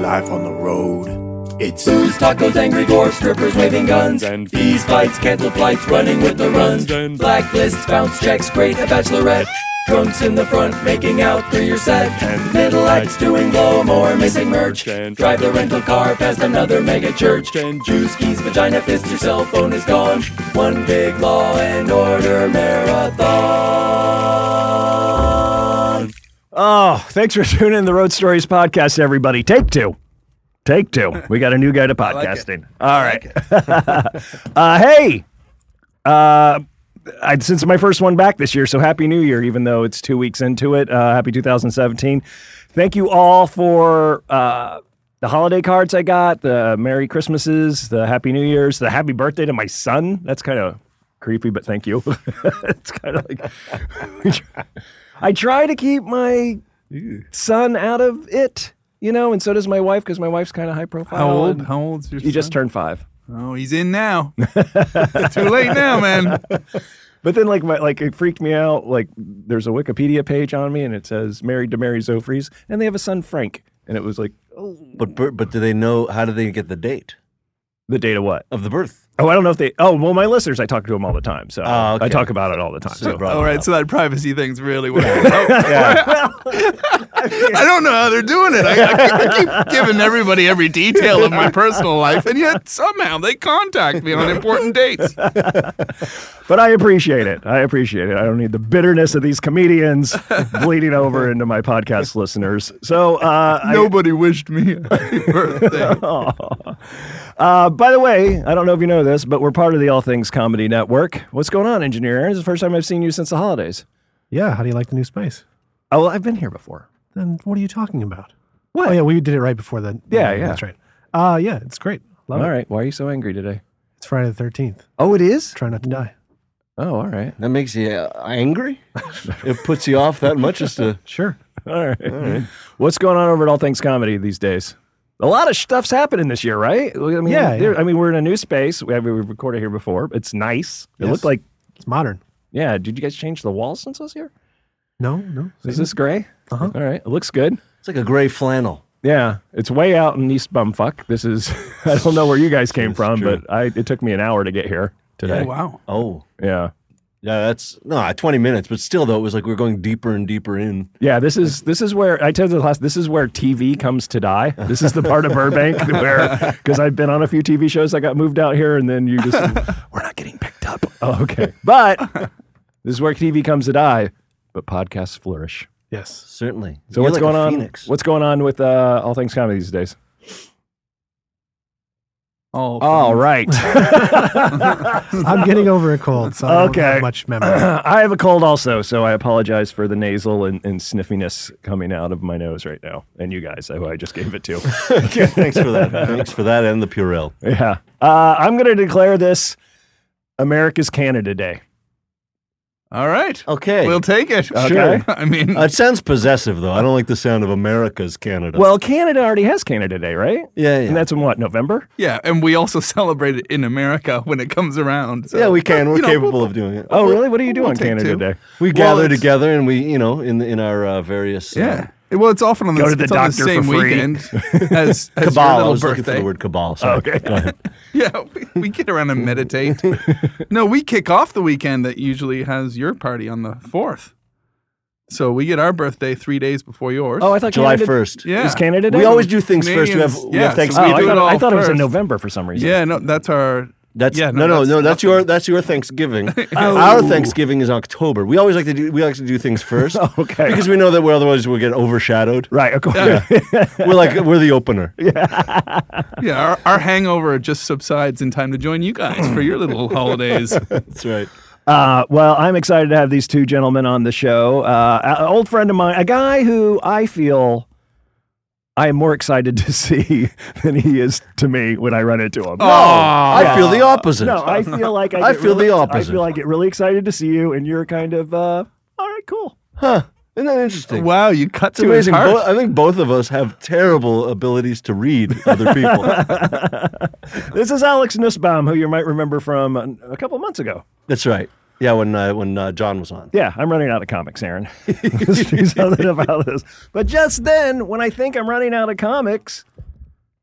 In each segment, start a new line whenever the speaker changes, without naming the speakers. life on the road. It's
Booze, tacos, angry dwarves, strippers waving guns, and fees, fights, cancel flights, running with the runs, and blacklists, bounce checks, great, a bachelorette. Drunks in the front making out through your set, and middle acts doing blow more, missing merch, and drive the rental car past another mega church, and juice keys, vagina fist, your cell phone is gone. One big law and order marathon.
Oh, thanks for tuning in the Road Stories podcast, everybody. Take two. Take two. We got a new guy to podcasting. All right. uh, hey, uh, I, since it's my first one back this year, so happy New Year, even though it's two weeks into it. Uh, happy 2017. Thank you all for uh, the holiday cards I got, the Merry Christmases, the Happy New Years, the Happy Birthday to my son. That's kind of creepy, but thank you. it's kind of like I try to keep my son out of it, you know, and so does my wife because my wife's kind of high profile.
How old?
and-
Oh, How old's your
He just
son?
turned five.
Oh, he's in now. Too late now, man.
But then, like, my, like it freaked me out. Like, there's a Wikipedia page on me, and it says married to Mary Zofries, and they have a son Frank. And it was like
But bir- but do they know? How do they get the date
the date of what?
of the birth?
Oh, I don't know if they. Oh, well, my listeners, I talk to them all the time, so
Oh, okay.
I talk about it all the time.
So
So,
they brought
All
it
right,
up.
so that privacy thing's really working. Oh, I don't know how they're doing it. I, I, I keep giving everybody every detail of my personal life, and yet somehow they contact me on important dates.
but I appreciate it. I appreciate it. I don't need the bitterness of these comedians bleeding over into my podcast listeners. So, uh, I-
Nobody wished me a happy birthday.
Uh, by the way, I don't know if you know this, but we're part of the All Things Comedy Network. What's going on, Engineer Aaron? It's the first time I've seen you since the holidays.
Yeah, how do you like the new space?
Oh, well, I've been here before.
Then what are you talking about? What? Oh yeah, we did it right before the
Yeah, yeah.
That's right. Uh yeah, it's great. Love
All
it.
right. Why are you so angry today?
It's Friday the thirteenth.
Oh, it is?
Try not to die.
Oh, all right.
That makes you uh, angry. it puts you off that much as to
Sure.
All right. What's going on over at All Things Comedy these days? A lot of stuff's happening this year, right? Look, I mean,
Yeah,
there-
yeah.
I mean, we're in a new space. We, I mean, we've recorded here before. It's nice. It
Yes.
looked like,
It's modern.
yeah. Did you guys change the walls since I was here?
No, no.
Is this gray? Uh-huh. right. It looks good.
it's like a gray flannel.
Yeah, it's way out in East Bumfuck. This is I don't know where you guys came from, but I it took me an hour to get here today. Yeah.
wow.
Oh,
Yeah.
yeah, that's no uh, twenty minutes, but still though it was like we are going deeper and deeper in.
this is this is where I tell the class this is where TV comes to die. This is the part of Burbank where because I've been on a few TV shows I got moved out here and then you just we're not getting picked up. Oh, okay. But this is where TV comes to die, but podcasts flourish.
Yes.
Certainly.
So
You're
what's
like
going
a
on?
Phoenix.
What's going on with uh, all things comedy these days?
Oh,
All right.
I'm getting over a cold, so I don't
Okay.
have much memory.
I have a cold also, so I apologize for the nasal and, and sniffiness coming out of my nose right now. And you guys, who I just gave it to.
Thanks for that. Thanks for that and the Purell.
yeah. Uh, I'm going to declare this America's Canada Day.
All right.
Okay.
We'll take it.
Okay.
I mean,
Uh, it sounds possessive though. I don't like the sound of America's Canada.
Well, Canada already has Canada Day, right?
yeah, yeah.
And that's in what, November?
yeah, and we also celebrate it in America when it comes around. so-
yeah, we can.
But,
We're
you know,
capable
we'll-
of doing it.
Oh, really? What do you do
we'll
on
take
Canada
two.
Day?
We
Well,
gather
it's-
together and we, you know, in in our uh, various uh,
Yeah. Well, it's often on the,
Go to the
it's on
doctor for
same
free.
weekend as, as your
cabal. I
little
was looking for
birthday.
the word cabal. Sorry.
Okay.
Go ahead.
Yeah, we, we get around and meditate. no, we kick off the weekend that usually has your party on the fourth. So we get our birthday three days before yours.
Oh, I thought
July
Canada-
first.
yeah.
Is Canada Day?
We always do things first. We have,
Canadians,
we
yeah,
Oh,
so
have
we
Thanksgiving.
I
do it
thought,
all
I thought it was in
first.
November for some reason.
Yeah, no, that's our.
That's
Yeah,
no,
no, that's
no, no. That's your that's your Thanksgiving. Our Thanksgiving is October. We always like to do we like to do things first.
Okay.
Because we know that we otherwise we'll get overshadowed.
Right. Of course.
We're like we're the opener.
Yeah, our, our hangover just subsides in time to join you guys for your little holidays.
That's right.
Uh, well, I'm excited to have these two gentlemen on the show. Uh, an old friend of mine, a guy who I feel I am more excited to see than he is to me when I run into him. Oh.
I feel the opposite.
no, I feel like I,
I
get
feel the
really-
opposite.
I feel I get really excited to see you, and you're kind of uh, all right, cool.
huh? Isn't that interesting?
wow, you cut
It's
to his
amazing.
heart.
Bo- I think both of us have terrible abilities to read other people.
This is Alex Nussbaum, who you might remember from uh, a couple months ago.
That's right. Yeah, when uh, when uh, John was on.
Yeah, I'm running out of comics, Aaron. There's something about this. But just then, when I think I'm running out of comics,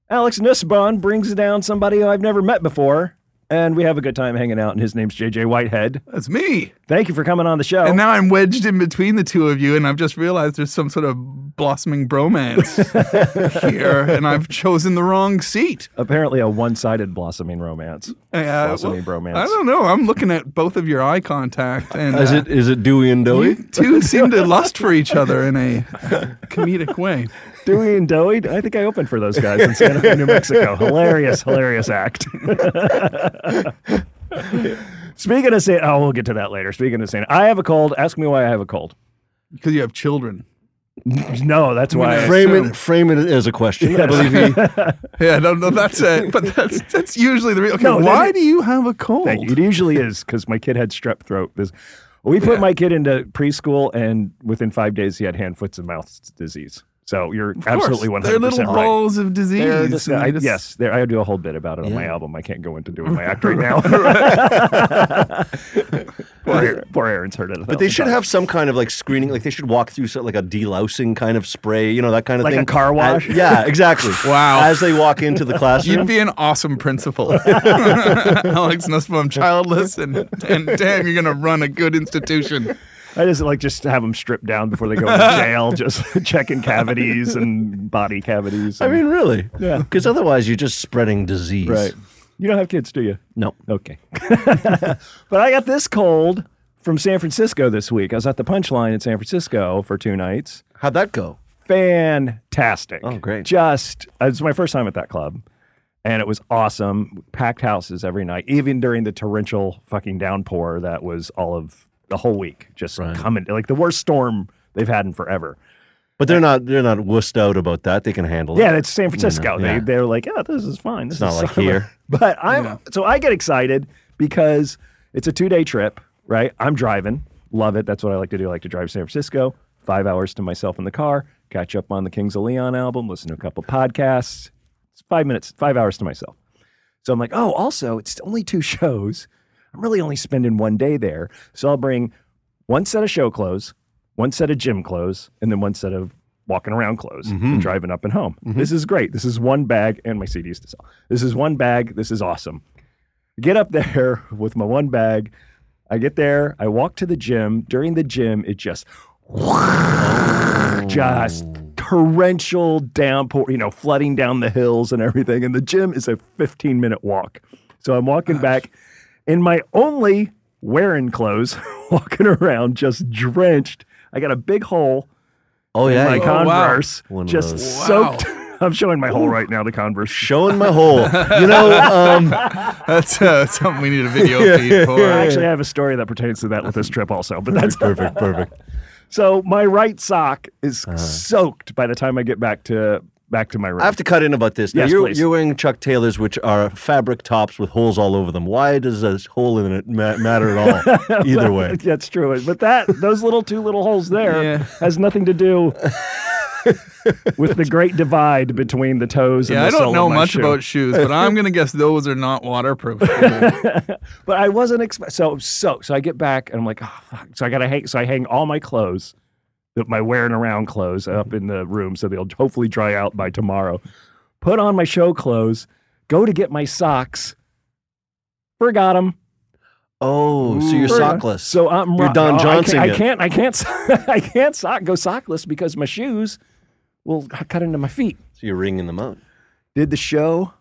Alex Nussbaum brings down somebody who I've never met before, and we have a good time hanging out. And his name's JJ Whitehead.
That's me.
Thank you for coming on the show.
And now I'm wedged in between the two of you, and I've just realized there's some sort of blossoming bromance here, and I've chosen the wrong seat.
Apparently, a one-sided blossoming romance.
Uh,
Blossoming
well,
bromance.
I don't know. I'm looking at both of your eye contact, and
Is
uh,
it is it Dewey and Doey?
two seem to lust for each other in a comedic way.
Dewey and Doey. I think I opened for those guys in Santa Fe, New Mexico. Hilarious, hilarious act. Speaking of Santa, oh, we'll get to that later. Speaking of Santa, I have a cold. Ask me why I have a cold.
Because you have children.
No, that's why. I,
Fra-
Frame
assume.
it, frame it as a question. I believe he.
Yeah, no, no, that's it. But that's that's usually the reason. Okay,
No, that
why
is-
do you have a cold?
Thank you. It usually is because my kid had strep throat. This, we put my kid into preschool, and within five days, he had hand, foot, and mouth s- disease. So you're
Of course,
absolutely one
They're
hundred
little
percent right.
balls of disease.
They're just-
and
I-
they just-
yes, there, I do a whole bit about it on my album. I can't go into doing my act right now. poor, Aaron- poor Aaron's heard it.
But they should have some kind of like screening. Like they should walk through so, like a delousing kind of spray. You know that kind of
Like a
thing.
car wash?
As- yeah, exactly.
Wow.
As they walk into the
You'd
classroom.
be an awesome principal, Alex Nussbaum, childless, and, and damn, you're gonna run a good institution.
I just like just have them stripped down before they go to jail, just checking cavities and body cavities.
I
and-
mean, really?
Yeah.
Because otherwise, you're just spreading disease.
right? You don't have kids, do you?
No.
Okay. but I got this cold from San Francisco this week. I was at the Punchline in San Francisco for two nights.
How'd that go?
Fantastic.
Oh, great.
Just, it was my first time at that club. And it was awesome. Packed houses every night, even during the torrential fucking downpour that was all of the whole week. Just coming, like the worst storm they've had in forever.
But they're not. They're not wussed out about that. They can handle it.
Yeah, that's San Francisco.
yeah.
They they're like, yeah, this is fine. This
not
is
like
summer."
here.
But I'm so I get excited because it's a two day trip, right? I'm driving, love it. That's what I like to do. I like to drive San Francisco. Five hours to myself in the car, catch up on the Kings of Leon album, listen to a couple podcasts. It's five minutes, five hours to myself. So I'm like, oh, also, it's only two shows. I'm really only spending one day there. So I'll bring one set of show clothes, one set of gym clothes, and then one set of walking around clothes and driving up and home. This is great. This is one bag and my CDs to sell. This is one bag. This is awesome. Get up there with my one bag. I get there. I walk to the gym. During the gym, it just just torrential downpour, you know, flooding down the hills and everything. And the gym is a 15 minute walk. So I'm walking back in my only wearing clothes, walking around just drenched. I got a big hole
Oh yeah.
my
you-
wow.
Converse,
One of
just
those.
soaked. I'm showing my hole right now, the Converse.
Showing my hole. You know. Um,
That's uh, something we need a video feed for.
Actually, I have a story that pertains to that with this trip also, but that's
perfect. Perfect.
so my right sock is
Uh-huh.
soaked by the time I get back to back to my room.
I have to cut in about this. Now,
Yes,
you're,
please.
you're wearing Chuck Taylors, which are fabric tops with holes all over them. Why does a hole in it ma- matter at all? Either way.
That's true. But that those little two little holes there
Yeah.
has nothing to do with the great divide between the toes and
Yeah,
the
I
sole
don't
of
know
my
much
shoe.
about shoes, but I'm gonna guess those are not waterproof.
But I wasn't expect so so so I get back and I'm like, oh fuck. So I gotta hang so I hang all my clothes, the- my wearing around clothes up in the room so they'll hopefully dry out by tomorrow. Put on my show clothes, go to get my socks, forgot them.
Oh, so you're sockless.
So I'm
You're
ro-
Don
no,
Johnson.
I can't. I can't. I can't, I can't sock, go sockless because my shoes will cut into my feet.
So you're wringing them out.
Did the show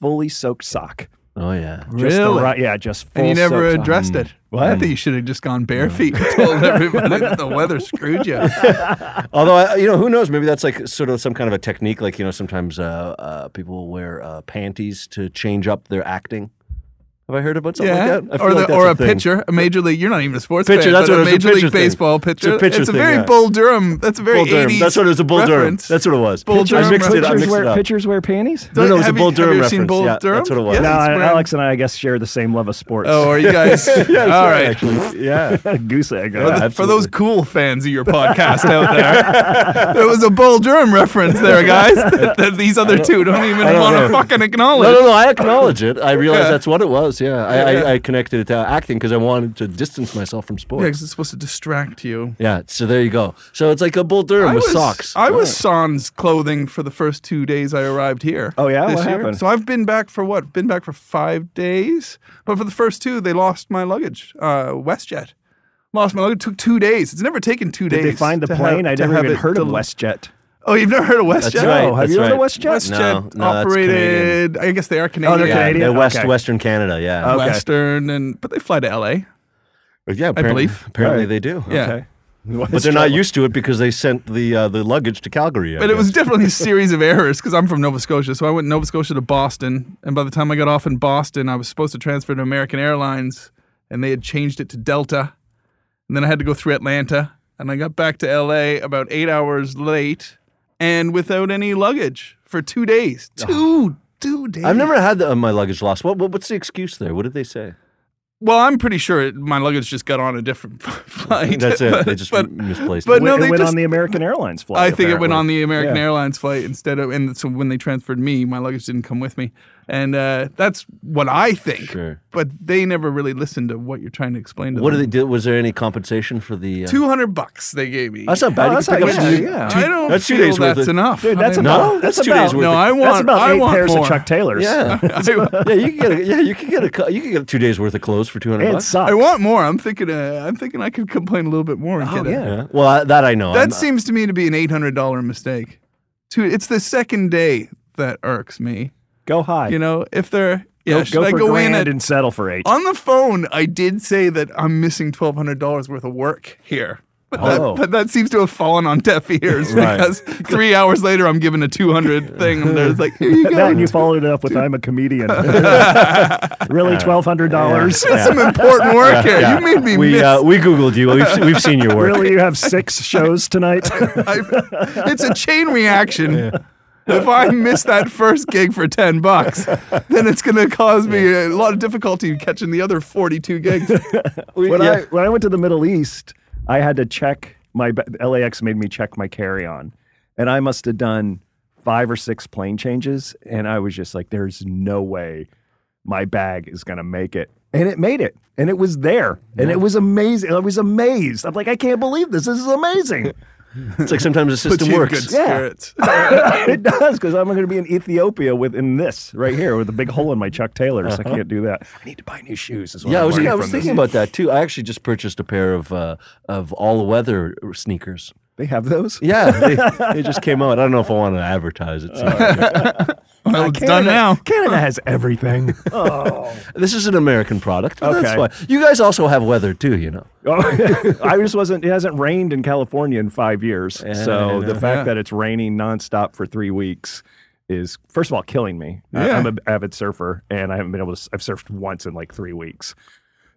fully soaked sock?
Oh yeah.
Just the
Really?
right, yeah, just full.
and you never
soaked sock. Mm.
addressed it.
Mm.
I think you should have just gone barefoot and told everybody that the weather screwed you.
Although I, you know, who knows? Maybe that's like sort of some kind of a technique. Like you know, sometimes uh, uh, people will wear uh, panties to change up their acting. Have I heard about something
Yeah,
like that? I feel
or,
like
the,
that's
or a,
thing.
pitcher, a major league. You're not even a sports
Pitcher,
fan,
that's
but
what
a
it was, a
major
pitcher
league
thing.
baseball
It's a
pitcher.
pitcher
a
thing,
very
yeah.
Bull Durham. That's a very
Bull Durham.
80s.
That's what it was. A Bull
reference.
Durham. That's what it was.
Bull
I
Durham
mixed it. I
reference.
mixed it
wear,
up.
pitchers wear panties.
No, no, it was
Have
a
you-
Bull
have you
Durham
ever seen
reference.
Bull
yeah,
Durham?
that's what it was.
Yeah.
No,
it's
I-
when-
Alex and I, I guess, share the same love of sports.
Oh, are you guys? All right.
Actually, yeah.
goose egg.
Yeah,
Uh,
For those
absolutely.
cool fans of your podcast out there, there was a Bull Durham reference there, guys, that, that these other two don't even
don't
want to
know.
fucking
No,
acknowledge.
no, no. I acknowledge it. I realize that's what it was. was. Yeah, I, I, I connected it to acting because I wanted to distance myself from
Yeah,
sports.
'cause it's supposed to distract you.
Yeah. So there you go. So it's like a Bull Durham with socks.
I was sans clothing for the first two days I arrived here.
Oh, yeah?
this
What
year.
happened?
So I've been back for what? Been back for five days, but for the first two, they lost my luggage. Uh, WestJet lost my luggage. Took two days. It's never taken two
Did
days.
they find the
to
plane?
have-
I
to
never
have
even
it
heard of
del-
WestJet.
Oh, you've never heard of WestJet?
That's right.
Oh, have you heard of WestJet?
WestJet
No, no, that's
operated. I guess they are Canadian.
Oh, they're
Yeah,
Canadian?
they're West
Okay.
Western Canada. Yeah.
Oh. okay.
Western, and but they fly to LA.
yeah. Apparently,
believe.
Apparently
Right.
they do.
Yeah.
But they're not used to it because they sent the uh, the luggage to Calgary. I
But it was
guess.
definitely a series of errors because I'm from Nova Scotia. So I went Nova Scotia to Boston. And by the time I got off in Boston, I was supposed to transfer to American Airlines and they had changed it to Delta. And then I had to go through Atlanta. And I got back to LA about eight hours late and without any luggage for two days. Two, two days.
I've never had the, uh, my luggage lost. What, what what's the excuse there? What did they say?
Well, I'm pretty sure it, my luggage just got on a different flight.
That's it. They just
But-
misplaced
but
it.
no,
it
they
went
just-
on the American Airlines flight.
I think it went on the American
Yeah.
Airlines flight instead of, and so when they transferred me, my luggage didn't come with me, and uh, that's what I think.
Sure.
But they never really listened to what you're trying to explain to
What did
them.
they do? Was there any compensation for the? Uh,
Two hundred bucks they gave me.
That's not bad.
Oh,
You
that's
could pick
not
up
bad,
some new-
yeah.
two-
I don't
that's two
feel
days worth.
that's
of-
enough.
Dude, that's
I mean,
about
No,
that's,
that's two
about,
days worth
No, I want.
That's about
I
eight
want
pairs
more.
of Chuck Taylors.
Yeah, yeah, you can get a, yeah, you can get a co- you can get two days worth of clothes for two hundred
It
bucks.
sucks.
I want more. I'm thinking. Uh, I'm thinking I could complain a little bit more. And get a-
Oh, Yeah. Well, I, that I know.
That
I'm- uh,
seems to me to be an eight hundred dollar mistake. Two. It's the second day that irks me.
Go high.
You know, if they're yeah,
go,
should
go
I
for
go in
grand
at
and settle for eight.
On the phone, I did say that I'm missing twelve hundred dollars worth of work here. But,
Oh.
that, but that seems to have fallen on deaf ears
Right.
because three hours later I'm given a two hundred thing and there's like here you go.
Then you followed it up with "I'm a comedian." really, twelve hundred dollars.
Yeah.
Some important work here.
Yeah.
You made me
we
miss.
uh, we googled you. We've, we've seen your work.
Really, you have six shows tonight.
I- it's a chain reaction. If I miss that first gig for ten bucks, then it's going to cause me a lot of difficulty catching the other forty-two gigs.
We-
when
yeah.
I when I went to the Middle East, I had to check my ba- LAX made me check my carry on, and I must have done five or six plane changes, and I was just like, "There's no way my bag is gonna make it," and it made it, and it was there, and it was amazing. I was amazed. I'm like, I can't believe this. This is amazing.
it's like sometimes the
Put
system
you in
works.
good
Yeah.
spirits.
it does because I'm gonna be in Ethiopia within this right here with a big hole in my Chuck Taylors. I can't do that. I need to buy new shoes. Is what
Uh-huh. Yeah,
I'm
I was,
learning
yeah, I was
from
thinking
this.
about that too. I actually just purchased a pair of uh, of all weather sneakers.
They have those.
Yeah, they, they just came out. I don't know if I want to advertise it. so-
Well, it's done now.
Canada has everything.
This is an American product. but That's
Okay.
why you guys also have weather too. You know.
Oh, I just wasn't. It hasn't rained in California in five years, so
I
the
know.
fact
Yeah.
that it's raining nonstop for three weeks is, first of all, killing me. I-
Yeah.
I'm an avid surfer, and I haven't been able to. s- I've surfed once in like three weeks,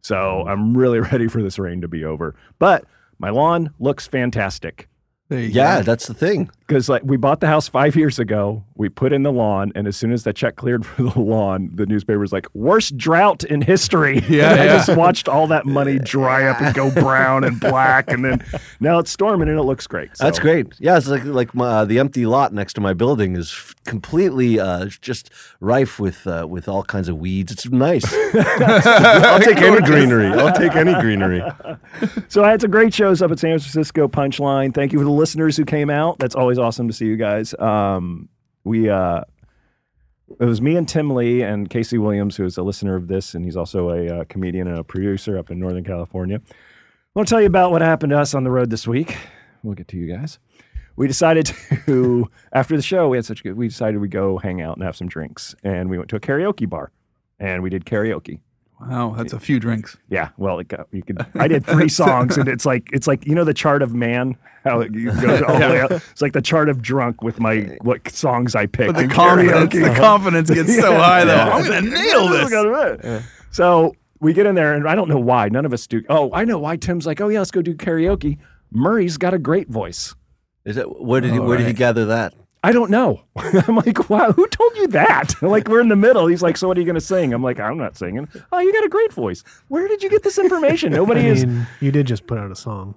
so
Mm.
I'm really ready for this rain to be over. But my lawn looks fantastic
There you
Yeah,
go.
that's the thing.
because like we bought the house five years ago. We put in the lawn, and as soon as the check cleared for the lawn, the newspaper's like worst drought in history.
Yeah,
And I
yeah.
just watched all that money dry up and go brown and black, and then now it's storming and it looks great.
That's
So,
great. Yeah, it's like like my, uh, the empty lot next to my building is f- completely uh, just rife with uh, with all kinds of weeds. It's nice. I'll take any greenery. I'll take any greenery.
So I had some great shows up at San Francisco Punchline. Thank you for the listeners who came out. That's always awesome to see you guys. Um, we uh, it was me and Tim Lee and Casey Williams, who is a listener of this, and he's also a uh, comedian and a producer up in Northern California. I want to tell you about what happened to us on the road this week. We'll get to you guys. We decided to, after the show, we had such a good, we decided we'd go hang out and have some drinks. And we went to a karaoke bar and we did karaoke.
Wow, that's a few drinks.
Yeah, well, it got, you could. I did three songs, and it's like it's like you know the chart of man, how it goes all the way up. It's like the chart of drunk with my what songs I picked.
But the
in
confidence,
karaoke.
the confidence gets so high though. I'm gonna nail
This is
this.
gonna be it. So we get in there, and I don't know why none of us do. Oh, I know why Tim's like, oh yeah, let's go do karaoke. Murray's got a great voice.
Is that where did he, where did he gather that?
I don't know. I'm like, wow, who told you that? like, we're in the middle. He's like, so what are you going to sing? I'm like, I'm not singing. Oh, you got a great voice. Where did you get this information? Nobody
I
is.
mean, you did just put out a song.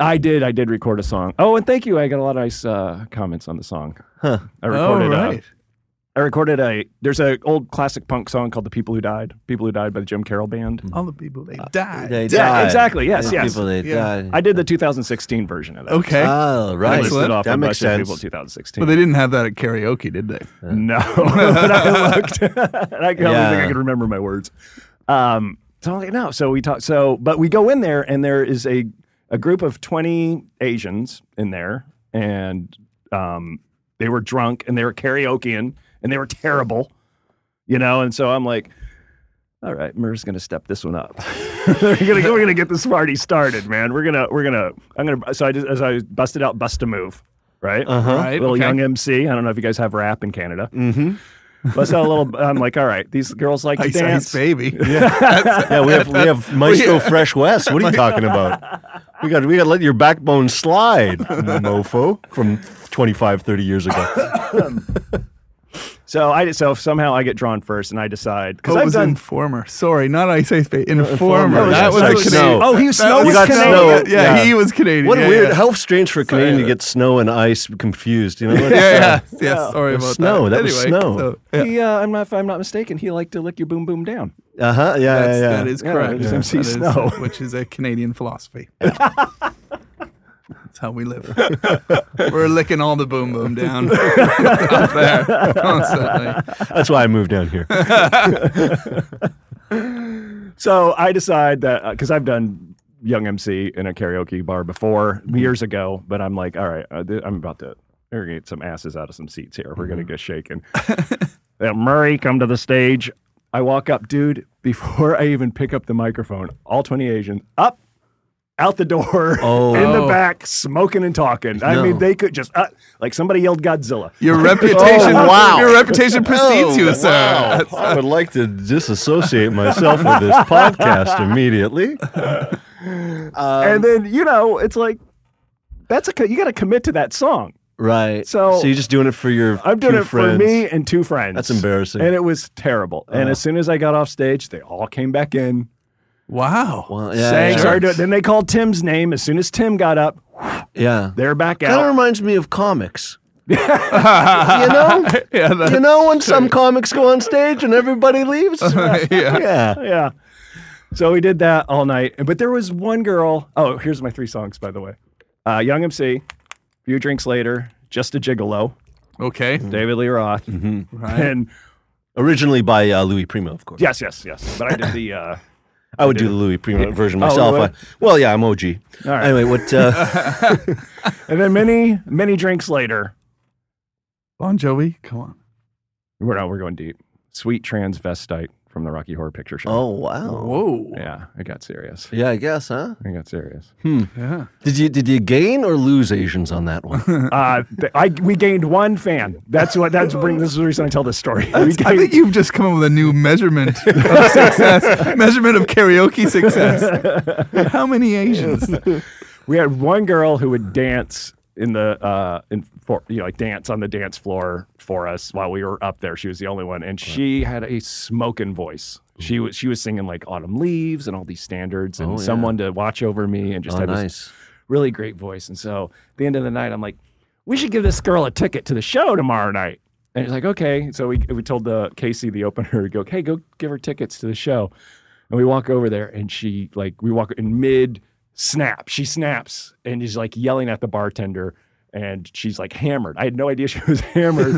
I did. I did record a song. Oh, and thank you. I got a lot of nice uh, comments on the song. I recorded.
All
uh,
right.
I I recorded a. There's an old classic punk song called "The People Who Died." People Who Died by the Jim Carroll Band.
All the people they died.
Uh, They
Yeah,
died.
exactly. Yes,
These
yes.
People that
Yeah.
died.
I did the 2016 version of that.
Okay.
Oh,
I
right.
listed off
That
a
makes
bunch of
sense.
people in 2016.
but they didn't have that at karaoke, did they?
No, but Uh. I looked, and I don't
Yeah.
think I could remember my words. Um, so I'm like, no. So we talk. So, but we go in there, and there is a a group of 20 Asians in there, and um, they were drunk, and they were karaokeing, and they were terrible, you know. And so I'm like. All right, we're just gonna step this one up. we're gonna we're gonna get this party started, man. We're gonna we're gonna I'm gonna so I just as I busted out bust a move, right?
Uh-huh.
Right.
little
okay.
young MC. I don't know if you guys have rap in Canada.
Mm-hmm.
Let's have a little. I'm like, all right, these girls like to
Ice Ice
dance.
Baby.
Yeah, we have we have Maestro Fresh West. What are you talking about? We got we got to let your backbone slide, mofo, from 25, 30 years ago.
So I so somehow I get drawn first, and I decide because
What
I've
Oh, was
done.
Informer? Sorry, not Ice Ice Baby. Informer.
Uh, Informer.
That was
Like
a
snow.
Canadian.
Oh, he was
That
snow
was
was
got
Canadian.
snow.
Yeah,
Yeah.
he was Canadian.
What
yeah,
a weird!
Yeah.
How strange for a Canadian to get snow and ice confused. You know? What?
yeah, yeah, yeah. Sorry about
snow.
that.
That was
Anyway,
snow.
so, yeah.
He, uh, I'm not, if I'm not mistaken, he liked to lick your boom boom down.
Uh huh. Yeah,
That's,
yeah, yeah.
That is
Yeah,
correct.
it was MC
That is,
Snow.
uh, which is a Canadian philosophy. That's how we live. We're licking all the boom boom down up there constantly.
That's why I moved down here.
So I decide that because I've done young MC in a karaoke bar before
Mm-hmm.
years ago, but I'm like, all right, uh, th- I'm about to irrigate some asses out of some seats here. We're
Mm-hmm.
gonna get shaken. Uh, Murray, come to the stage. I walk up, dude. Before I even pick up the microphone, all 20 Asians up, out the door,
Oh.
in the
Oh.
back, smoking and talking. I mean,
No.
they could just uh, like somebody yelled Godzilla.
Your reputation.
wow.
Your reputation precedes you, sir.
Oh, I would like to disassociate myself with this podcast immediately.
and then you know, it's like that's a co- you got to commit to that song.
Right.
So-
so you're just doing it for your.
I'm doing
two
it
friends.
for me and two friends.
That's embarrassing.
And it was terrible. And
Uh.
as soon as I got off stage, they all came back in.
Wow.
Well, yeah,
Sang,
yeah.
started doing- then they called Tim's name. As soon as Tim got up,
Yeah.
they're back
Kind of
out.
reminds me of comics. you know,
Yeah, that-
you know when some comics go on stage and everybody leaves.
yeah.
yeah.
Yeah. So we did that all night. But there was one girl. Oh, here's my three songs, by the way. Uh, Young MC, Few Drinks Later, Just a Gigolo,
Okay.
David Lee Roth,
Mm-hmm.
and
Originally by uh, Louis Primo, of course.
yes, yes, yes. But I did the. Uh,
I would do the Louis Primo version
Oh,
myself.
you would?
I- well, yeah, I'm OG.
All right.
Anyway, what? Uh,
and then many, many drinks later.
Bon Jovi, come on.
We're not. We're going deep. Sweet transvestite from the Rocky Horror Picture Show.
oh wow.
Whoa.
Yeah, I got serious.
Yeah, I guess, huh?
I got serious.
Yeah.
Did you did you gain or lose Asians on that one?
Uh, th- I we gained one fan. That's what that's bring. This is the reason I tell this story. We
I
gained-
think you've just come up with a new measurement of success, measurement of karaoke success. How many Asians?
we had one girl who would dance in the uh in for you know like dance on the dance floor for us while we were up there. She was the only one, and she had a smoking voice. She was she was singing like autumn leaves and all these standards, and
Oh, yeah.
someone to watch over me, and just
oh,
had this
nice.
really great voice. And so at the end of the night, I'm like, we should give this girl a ticket to the show tomorrow night. And he's like, okay. So we, we told the Casey, the opener, go, hey, go give her tickets to the show. And we walk over there and she like, we walk in mid snap, she snaps and is like yelling at the bartender and she's like hammered. I had no idea she was hammered,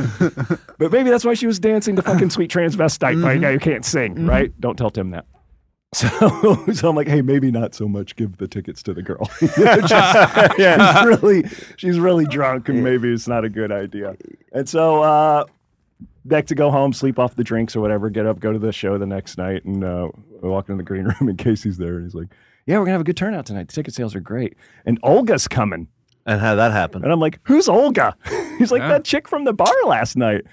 but maybe that's why she was dancing to fucking sweet transvestite by a guy who can't sing, right? Don't tell Tim that. So, so I'm like, hey, maybe not so much give the tickets to the girl. she's, she's really, she's really drunk, and maybe it's not a good idea. And so, uh, back to go home, sleep off the drinks or whatever, get up, go to the show the next night, and uh, I walk into the green room, and Casey's there, and he's like, yeah, we're gonna have a good turnout tonight. The ticket sales are great, and Olga's coming.
And how that happened?
And I'm like, who's Olga? He's like, that chick from the bar last night.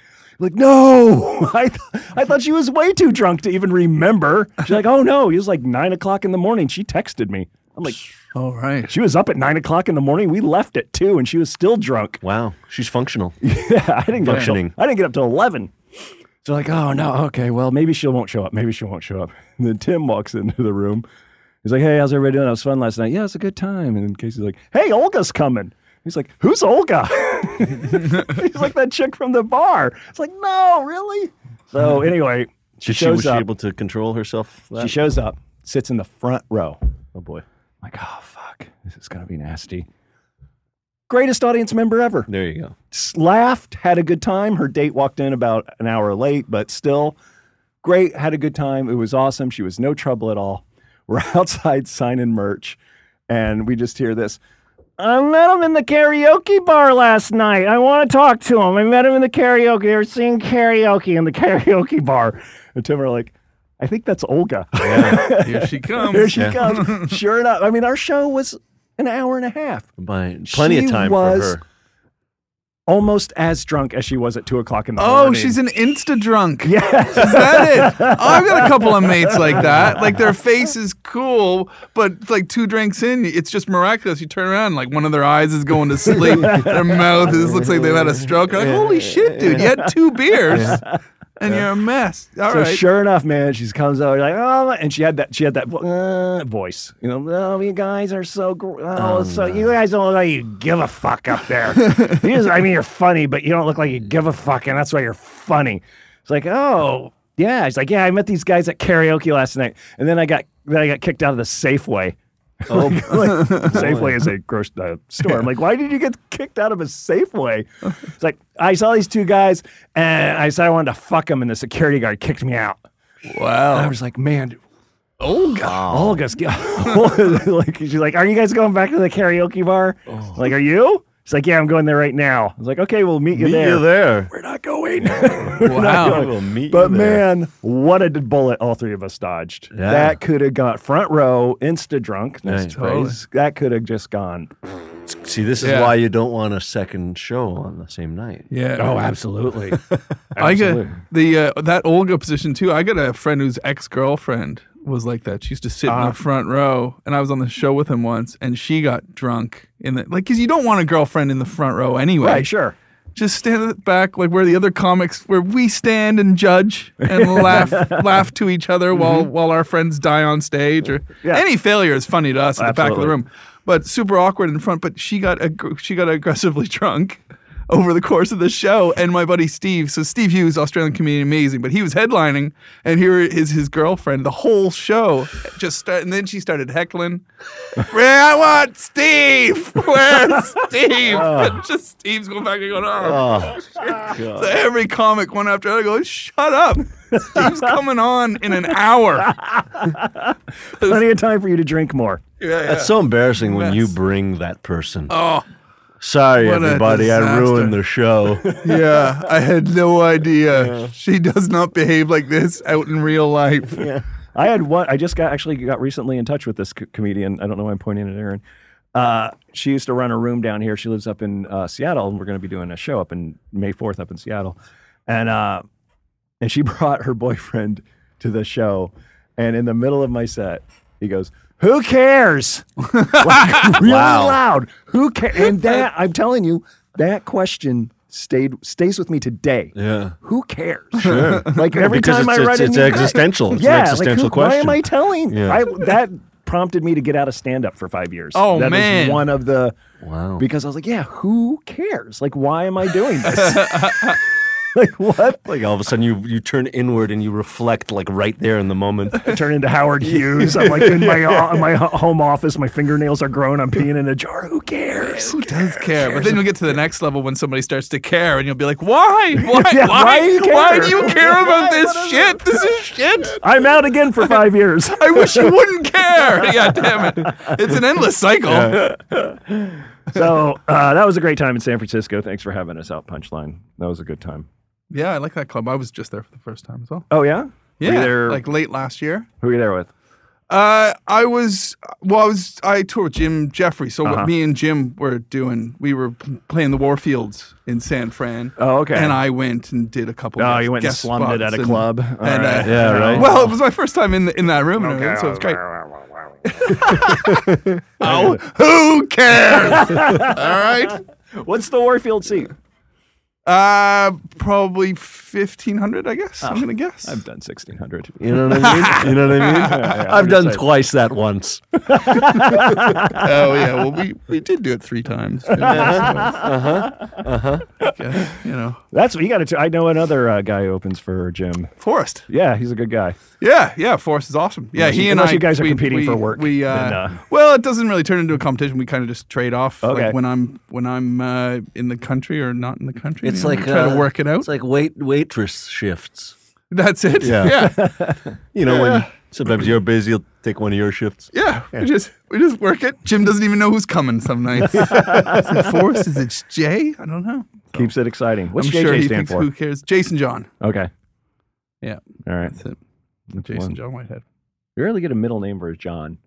I'm like, no, I, th- I thought she was way too drunk to even remember. She's like, oh no, it was like nine o'clock in the morning. She texted me. I'm like,
All right.
she was up at nine o'clock in the morning. We left at two and she was still drunk.
Wow, she's functional.
Yeah, I didn't get up till,
Functioning.
I didn't get up till 11. So like, oh no, okay, well maybe she won't show up. Maybe she won't show up. And then Tim walks into the room. He's like, hey, how's everybody doing? It was fun last night. Yeah, it's a good time. And then Casey's like, hey, Olga's coming. He's like, who's Olga? He's like that chick from the bar. It's like, no, really? So anyway, she
Did she,
shows
was she
up.
able to control herself? for
she
that?
shows up, sits in the front row.
oh boy.
I'm like, oh fuck, this is gonna be nasty. Greatest audience member ever.
There you go.
S- Laughed, had a good time. Her date walked in about an hour late, but still great. Had a good time. It was awesome. She was no trouble at all. We're outside signing merch, and we just hear this. I met him in the karaoke bar last night. I want to talk to him. I met him in the karaoke. They were singing karaoke in the karaoke bar. And Tim and I are like, I think that's Olga.
Here she comes.
Here she comes. Sure enough. I mean, our show was an hour and a half,
By plenty
She
of time
was-
for her.
almost as drunk as she was at two o'clock in the
Oh,
morning.
she's an insta drunk.
Yes.
Is that it? Oh, I've got a couple of mates like that. Like their face is cool, but like two drinks in, it's just miraculous. You turn around, like one of their eyes is going to sleep. their mouth is looks like they've had a stroke. You're like, holy shit, dude, you had two beers and you're a mess. All right.
so sure enough, man, she comes out like, oh, and she had that, she had that vo- uh, voice, you know, oh, you guys are so, gr- oh, so you guys don't look like you give a fuck up there. you just, I mean, you're funny, but you don't look like you give a fuck, and that's why you're funny. It's like, oh, yeah. It's like, yeah, I met these guys at karaoke last night, and then I got, then I got kicked out of the Safeway.
Oh,
like, Safeway is a grocery uh, store. I'm like, why did you get kicked out of a Safeway? It's like I saw these two guys, and I said I wanted to fuck them, and the security guard kicked me out. And I
wow.
was like, man,
Oh god.
Olga's g- like, she's like, are you guys going back to the karaoke bar? Like, are you? She's like, yeah, I'm going there right now. I was like, okay, we'll meet you
meet
there.
you there.
We're not going.
I
Wow.
will meet
But
you there.
man, what a d- bullet all three of us dodged.
Yeah.
That could have got front row, insta drunk.
Nice.
Nice phrase. That could have just gone.
See, this is
Yeah.
why you don't want a second show on the same night.
Yeah.
Oh, absolutely.
I
Absolutely.
got the uh, that Olga position too. I got a friend whose ex girlfriend was like that. She used to sit in
Ah.
the front row, and I was on the show with him once, and she got drunk in the like because you don't want a girlfriend in the front row anyway.
right, sure.
Just stand at the back, like where the other comics, where we stand and judge and laugh laugh to each other while while our friends die on stage or
Mm-hmm. Yeah.
any failure is funny to us at the back of the
Absolutely.
room, but super awkward in front. But she got ag- she got aggressively drunk over the course of the show, and my buddy Steve. So Steve Hughes, Australian comedian, amazing, but he was headlining, and here is his girlfriend the whole show. Just start, and then she started heckling. Where I want Steve? Where's Steve?
Oh.
And just Steve's going back and going, oh.
Oh,
So every comic one after another goes, shut up. Steve's coming on in an hour.
Plenty of time for you to drink more.
Yeah, yeah.
that's so embarrassing when you
Yes.
bring that person.
Oh,
Sorry,
What a
everybody. I
disaster.
ruined the show.
yeah. I had no idea. She does not behave like this out in real life.
I had one. I just got actually got recently in touch with this co- comedian. I don't know why I'm pointing at Aaron. Uh, she used to run a room down here. She lives up in uh, Seattle, and we're going to be doing a show up in May 4th up in Seattle. And uh, and she brought her boyfriend to the show. And in the middle of my set, he goes, "Who cares?" like, really
Wow.
loud. Who cares? And that I'm telling you, that question stayed stays with me today.
Yeah.
Who cares? Sure. Like every
Because
time
it's,
I write
it's,
a
it's
new-
existential. It's
yeah,
an
like
existential
who,
question.
Why am I telling?
Yeah.
I, that prompted me to get out of stand up for five years.
Oh,
That was
man.
one of the
Wow.
because I was like, yeah, who cares? Like, why am I doing this? like, what?
Like all of a sudden you you turn inward and you reflect like right there in the moment.
I turn into Howard Hughes. I'm like in my in my ho- home office. My fingernails are grown. I'm peeing in a jar. Who cares?
Who does care? But then you'll get to the next level when somebody starts to care, and you'll be like, "Why? Why?
Yeah,
why?
why do you care?
why do you care
Why?
about this
What is
shit? This is shit.
I'm out again for five years.
I wish you wouldn't care. Yeah, damn it. It's an endless cycle.
So uh, that was a great time in San Francisco. Thanks for having us out, Punchline. That was a good time.
Yeah, I like that club. I was just there for the first time as well.
Oh yeah,
Yeah,
Were you there,
like late last year.
who were you there with?
Uh, I was well. I was I toured with Jim Jeffrey. So
Uh-huh.
what me and Jim were doing, we were p- playing the Warfields in San Fran.
Oh, okay.
And I went and did a couple.
Oh,
guest-
you went and
guest
slummed it at
spots
a
and-
club. All
and,
right.
uh,
Yeah, right.
Well, it was my first time in the, in that room, and everything, so it was great. oh, who cares? All right.
What's the Warfield seat?
Uh, probably fifteen hundred, I guess.
Ah,
I'm gonna guess.
I've done 1600.
You know what I mean? You know what I mean? I've done twice that once.
oh yeah, well we, we did do it three times. Uh huh.
Uh-huh.
Uh huh. You know,
That's what you got to. I know another uh, guy who opens for her gym.
Forrest.
Yeah, he's a good guy.
Yeah, yeah. Forrest is awesome. Yeah, he and
unless
I.
you guys are
we-
competing
we-
for work,
We uh,
then, uh,
well, it doesn't really turn into a competition. We kind of just trade off.
Okay.
Like when I'm when I'm uh, in the country or not in the country. you
It's
know,
like
try
uh,
to work it out.
It's like wait waitress shifts.
That's it.
Yeah.
yeah.
You know when sometimes you're busy, you'll take one of your shifts.
Yeah, we just we just work it. Jim doesn't even know who's coming some nights. is it Forrest? Is it Jay? I don't know.
Keeps it exciting. What's
I'm
JJ
sure he
stand
thinks
for?
who cares. Jason John.
Okay.
Yeah,
All right.
that's it.
That's
Jason
one.
John Whitehead.
You rarely get a middle name versus John.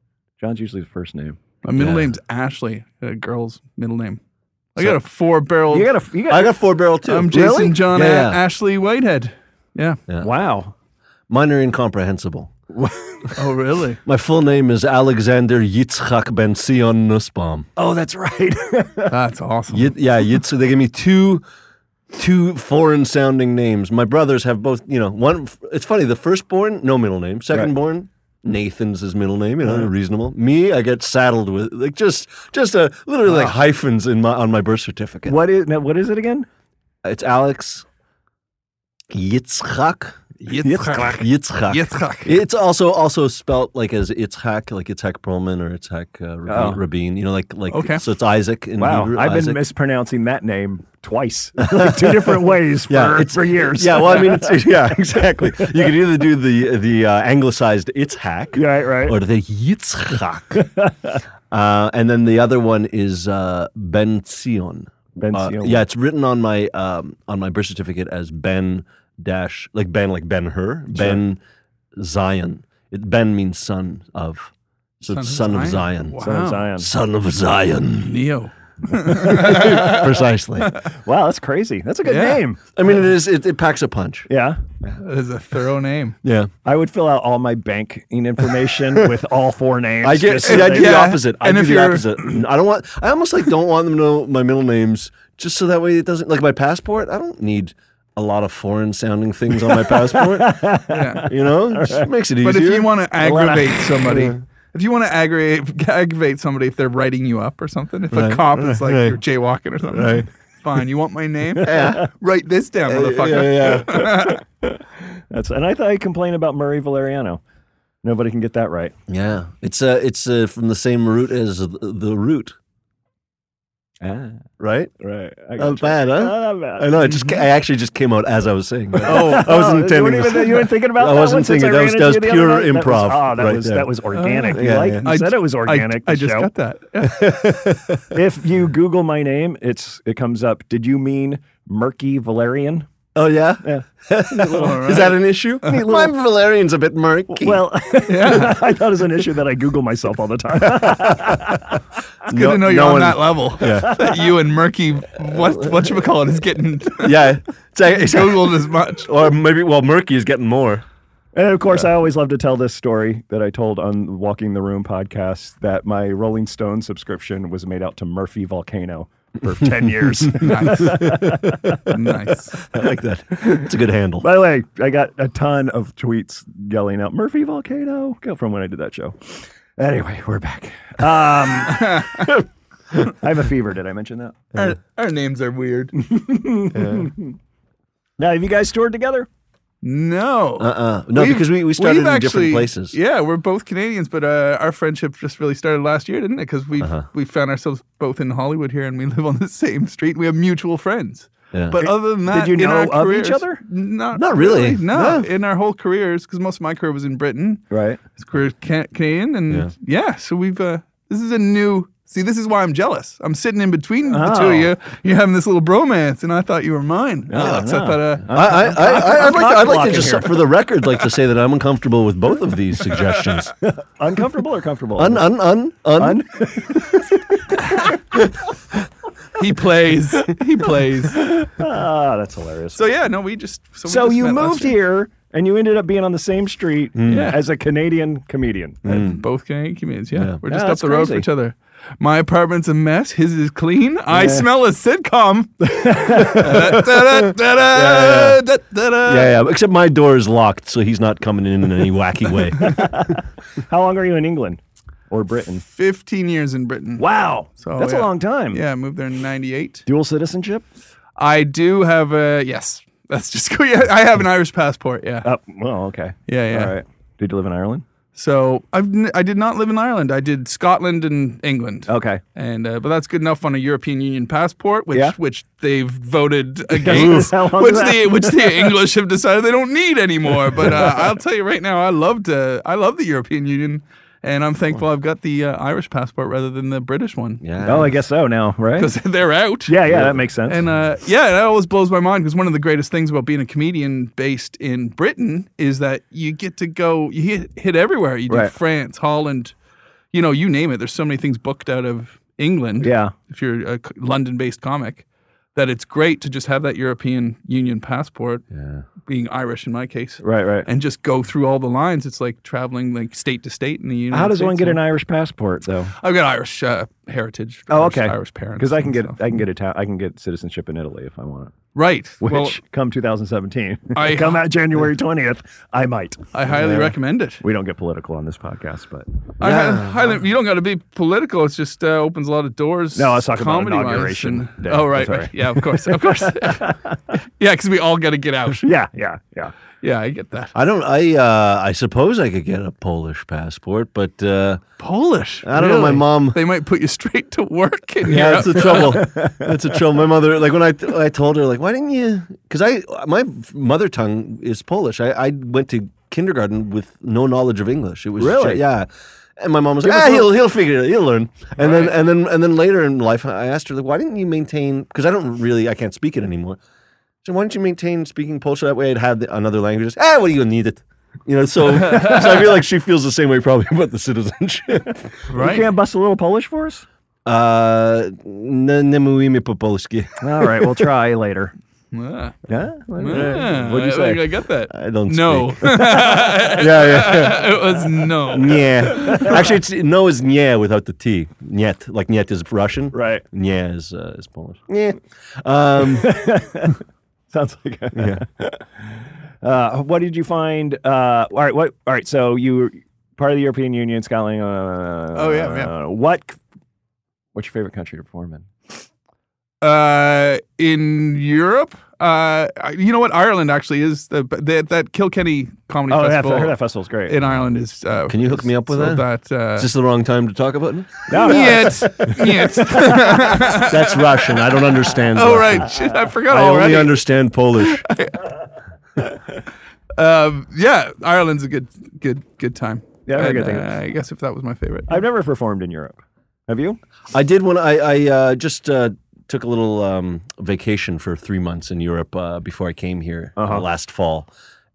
John's usually the first name.
My middle name's Ashley. A girl's middle name. I got a four barrel.
You got a. You got.
I got four barrel too.
I'm Jason John
Yeah,
A-
yeah.
Ashley Whitehead. Yeah.
wow.
Mine are incomprehensible.
Oh really?
My full name is Alexander Yitzchak Ben Sion Nussbaum.
Oh, that's right.
That's awesome.
Yit- yeah, Yitz. They gave me two, two foreign-sounding names. My brothers have both. You know, one. It's funny. The firstborn, no middle name. Secondborn, Nathan's his middle name. You know, reasonable. Me, I get saddled with like just, just a literally like hyphens in my on my birth certificate.
what is? now, What is it again?
It's Alex Yitzchak.
Yitzhak.
Yitzchak.
Yitzhak.
It's also also spelt like as Itzhak, like Itzhak Perlman or Itzhak uh,
Oh.
Rabin, Rabin. You know, like like
Okay.
so it's Isaac in
Wow.
Hebrew.
I've been
Isaac.
mispronouncing that name twice, like two different ways for,
Yeah, it's-
for years.
Yeah, well, I mean, it's, yeah, exactly. You could either do the the uh, anglicized Itzhak,
Yeah, right, right.
or the Yitzchak, uh, and then the other one is uh, Ben Zion.
Ben
Uh,
Zion.
yeah, it's written on my um, on my birth certificate as Ben dash like Ben like Ben Hur Ben Zion. It, ben means son of, so it's son of Zion.
Wow.
Son of Zion.
Son of Zion,
Neo.
precisely.
Wow, that's crazy. That's a good
Yeah.
name.
I mean, it is it, it packs a punch.
Yeah.
That is a thorough name.
Yeah.
I would fill out all my banking information with all four names.
I get
just
see, I
they-
do the
Yeah.
opposite. I
And
do
if
the
you're-
opposite. I don't want. I almost like don't want them to know my middle names, just so that way it doesn't like my passport. I don't need a lot of foreign sounding things on my passport.
Yeah.
you know, it just makes it easier.
But if you want to
wanna-
aggravate somebody, if you want to aggravate aggravate somebody, if they're writing you up or something, if
Right,
a cop is like
right.
you're jaywalking or something,
Right.
fine. You want my name? Write this down,
yeah,
motherfucker.
yeah, yeah.
That's and I thought I complained about Murray Valeriano. Nobody can get that right.
Yeah. It's uh, it's uh, from the same root as the, the root,
Ah,
right? Uh,
right. I
Not
gotcha.
bad, huh?
Not that bad.
I know. It just ca- I
uh,
actually just came out as I was saying. oh, I
Oh,
wasn't
you
intending.
weren't,
to-
even, you weren't thinking about
I
that
wasn't
one since
thinking.
I
That
ran
was- that
into
was
you the other
pure
night?
improv
That was, oh, that
right
was
there. Uh,
that was organic. you
yeah,
like
yeah.
you said it was organic.
I,
the
I just
show.
got that. Yeah.
If you Google my name, it's it comes up. Did you mean murky Valerian?
oh yeah.
Yeah.
Is that an issue? My Valerian's a bit murky.
Well, I thought it was an issue that I Google myself all the time.
It's good to know you're on that level.
Yeah.
that you and Murky, what what you call it, is getting
Yeah. It's like, it's like-
googled as much.
or maybe well, murky is getting more.
And of course, I always love to tell this story that I told on Walking the Room podcast that my Rolling Stone subscription was made out to Murphy Volcano for 10 years.
Nice. nice.
I like that. It's a good handle.
By the way, I got a ton of tweets yelling out Murphy Volcano go from when I did that show. Anyway, we're back. Um, I have a fever. Did I mention that?
Our, our names are weird.
Now, have you guys toured together?
No.
Uh uh No,
We've-
because we, we started
we've
in different
actually-
places.
Yeah, we're both Canadians, but uh, our friendship just really started last year, didn't it? Because we we found ourselves both in Hollywood here, and we live on the same street. We have mutual friends.
Yeah.
But other than that,
you
in our
know of each
careers-
other?
Not,
Not really,
No.
no.
in our whole careers, because most of my career was in Britain.
Right.
His career is Can- Canadian, and yeah. so we've. Uh, this is a new. See, this is why I'm jealous. I'm sitting in between the two
Oh.
of you. You're having this little bromance, and I thought you were mine. Yeah, so I thought, uh,
I, I, I, I, I'd, like to, I'd like to
cock-blocking
just,
here.
for the record, like to say that I'm uncomfortable with both of these suggestions.
Uncomfortable or comfortable?
Un, un, un, un.
he plays. he plays.
ah, that's hilarious.
So yeah, no, we just. So, we
So
just
you
met last
moved
year. Mm.
here and you ended up being on the same street as a Canadian comedian.
both Canadian comedians. Yeah,
Yeah.
we're
Yeah,
just up
that's
the road
crazy.
for each other. My apartment's a mess. His is clean. I smell a sitcom. Da-da-da-da, da-da-da.
Yeah, yeah. Except my door is locked, so he's not coming in in any wacky way.
How long are you in England or Britain?
15 years in Britain.
Wow,
So,
that's
yeah.
a long time.
Yeah, I moved there in 98.
dual citizenship.
I do have a, yes, that's just cool. Yeah, I have an Irish passport. Yeah.
Oh, well, okay.
Yeah, yeah.
All right. Did you live in Ireland?
So I've, n- I did not live in Ireland. I did Scotland and England.
Okay.
And uh, but that's good enough on a European Union passport, which
Yeah.
which they've voted against,
How long
which
is that?
the which the English have decided they don't need anymore. But uh, I'll tell you right now, I loved uh, I love the European Union, and I'm thankful I've got the uh, Irish passport rather than the British one
Yeah.
Oh, I guess so now, right?
because they're out.
Yeah, yeah, that makes sense.
And uh, yeah, that always blows my mind because one of the greatest things about being a comedian based in Britain is that you get to go, you hit, hit everywhere. You do
Right.
France, Holland, you know, you name it. There's so many things booked out of England.
Yeah.
If you're a London based comic, that it's great to just have that European Union passport, being Irish in my case.
right, right.
And just go through all the lines. It's like traveling like state to state in the United
How does one get an
States.
Irish passport though?
I've got Irish uh, heritage.
Oh,
Irish-
okay.
Irish parents.
Because I can
and
get
stuff.
I can get Ita- I can get citizenship in Italy if I want it.
right.
Which
well,
come 2017,
I-
come out January 20th, I might.
I highly recommend it.
We don't get political on this podcast, but
I hi- highly, you don't got to be political. It just uh, opens a lot of doors.
No, I was talking about
comedy-wise
inauguration
and-
day.
Oh,
That's
right,
all
right.
right.
Yeah, of course. Of course. yeah, because we all got to get out.
yeah, yeah, yeah.
Yeah, I get that.
I don't. I uh, I suppose I could get a Polish passport, but uh,
Polish.
I don't know. My
really?
mom.
They might put you straight to work in
Yeah,
Europe.
that's the trouble. That's the trouble. My mother, like when I when I told her, like, why didn't you? Because I my mother tongue is Polish. I, I went to kindergarten with no knowledge of English. It was
Really?
yeah. And my mom was like, ah, he'll he'll figure it. out. He'll learn. And then and then and then later in life, I asked her like, why didn't you maintain? Because I don't really I can't speak it anymore. So why don't you maintain speaking Polish that way? I'd have the, another language. Just, ah, what do you need it? You know, so, so I feel like she feels the same way probably about the citizenship.
right.
You can't bust a little Polish for us?
Uh, не, не mówimy po polsku.
All right, we'll try later.
Yeah.
Yeah, what
Yeah,
would you
I, think I
say?
get that.
I don't
No.
Yeah, yeah.
it was no.
Yeah. Actually, it's, no is nye without the T. Nyet. Like nyet is Russian.
Right.
Nye is, uh, is Polish. Yeah. Um,
Sounds like a, yeah. uh, what did you find? Uh, all right, what? All right, so you were part of the European Union, Scotland. Uh,
Oh, yeah, yeah.
What? c- What's your favorite country to perform in?
Uh, in Europe, uh, I- you know what? Ireland actually is the that that Kilkenny Comedy
Oh, yeah, I
Festival.
heard that festival's great.
in Ireland is. Uh,
Can you hook me up with
so
that?
that? uh,
is this the wrong time to talk about it?
No, no,
Yes, yes.
That's Russian. I don't understand.
Oh
Russian.
right, shit, I forgot
I
already.
only understand Polish.
um, yeah, Ireland's a good, good, good time.
Yeah, very good
And,
thing.
uh, I guess if that was my favorite.
I've never performed in Europe. Have you?
I did when I, I uh, just uh, took a little um, vacation for three months in Europe uh, before I came here
Uh-huh.
uh, last fall.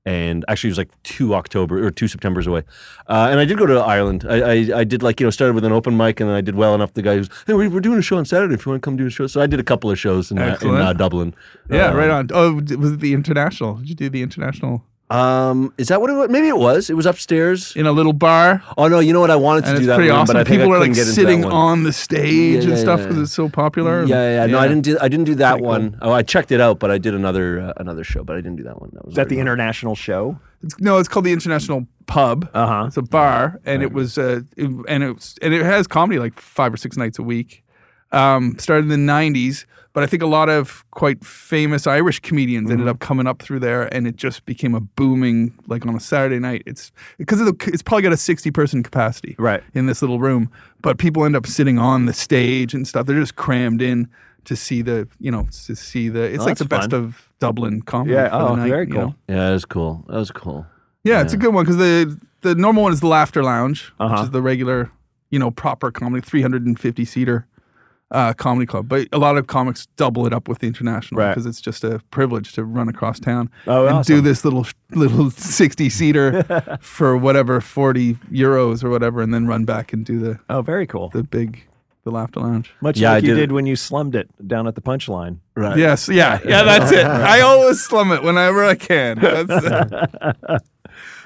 And actually, it was like two October or two September's away. Uh, and I did go to Ireland. I, I, I did like, you know, started with an open mic and then I did well enough. The guy was, hey, we- we're doing a show on Saturday if you want to come do a show. So I did a couple of shows in, uh, in
Excellent.
uh, Dublin.
yeah,
Um,
right on. Oh, d- was it the international? Did you do the international
Um, is that what it was? Maybe it was. It was upstairs.
in a little bar?
Oh, no, you know what? I wanted to
And
do
it's
that
pretty
one,
awesome.
but I think I
People are
couldn't
like
get into that
sitting
one.
on the stage
Yeah,
and
yeah,
stuff
yeah.
because it's so popular.
Yeah, yeah, yeah. No, I didn't do. I didn't do that one. Oh, I checked it out, but I did another uh, another show, but I didn't do that one. That was
Is that the
very-
international show?
It's, no, it's called the International Pub. Uh
Uh-huh.
It's a bar, and it was uh, it, and it was, and it has comedy like five or six nights a week. Um, started in the '90s, but I think a lot of quite famous Irish comedians
Mm-hmm.
ended up coming up through there, and it just became a booming like on a Saturday night. It's because it's probably got a 60 person capacity
Right.
in this little room, but people end up sitting on the stage and stuff. They're just crammed in to see the you know to see the
Oh,
it's like
that's
the best
fun.
of Dublin comedy.
Yeah,
for
oh,
the night,
very
you
cool.
know?
Yeah, that was cool. That was cool.
Yeah, it's a good one because the the normal one is the Laughter Lounge,
Uh-huh.
which is the regular, you know, proper comedy, 350 seater uh, comedy club. But a lot of comics double it up with the international
Right.
because it's just a privilege to run across town
Oh,
and do
awesome.
this little little 60 seater for whatever 40 euros or whatever, and then run back and do the
Oh, very cool.
the big the Laughter Lounge.
Much
Yeah,
like
I
you
did it.
did when you slummed it down at the punchline.
Right.
Yes, yeah, yeah, that's it. I always slum it whenever I can. That's it.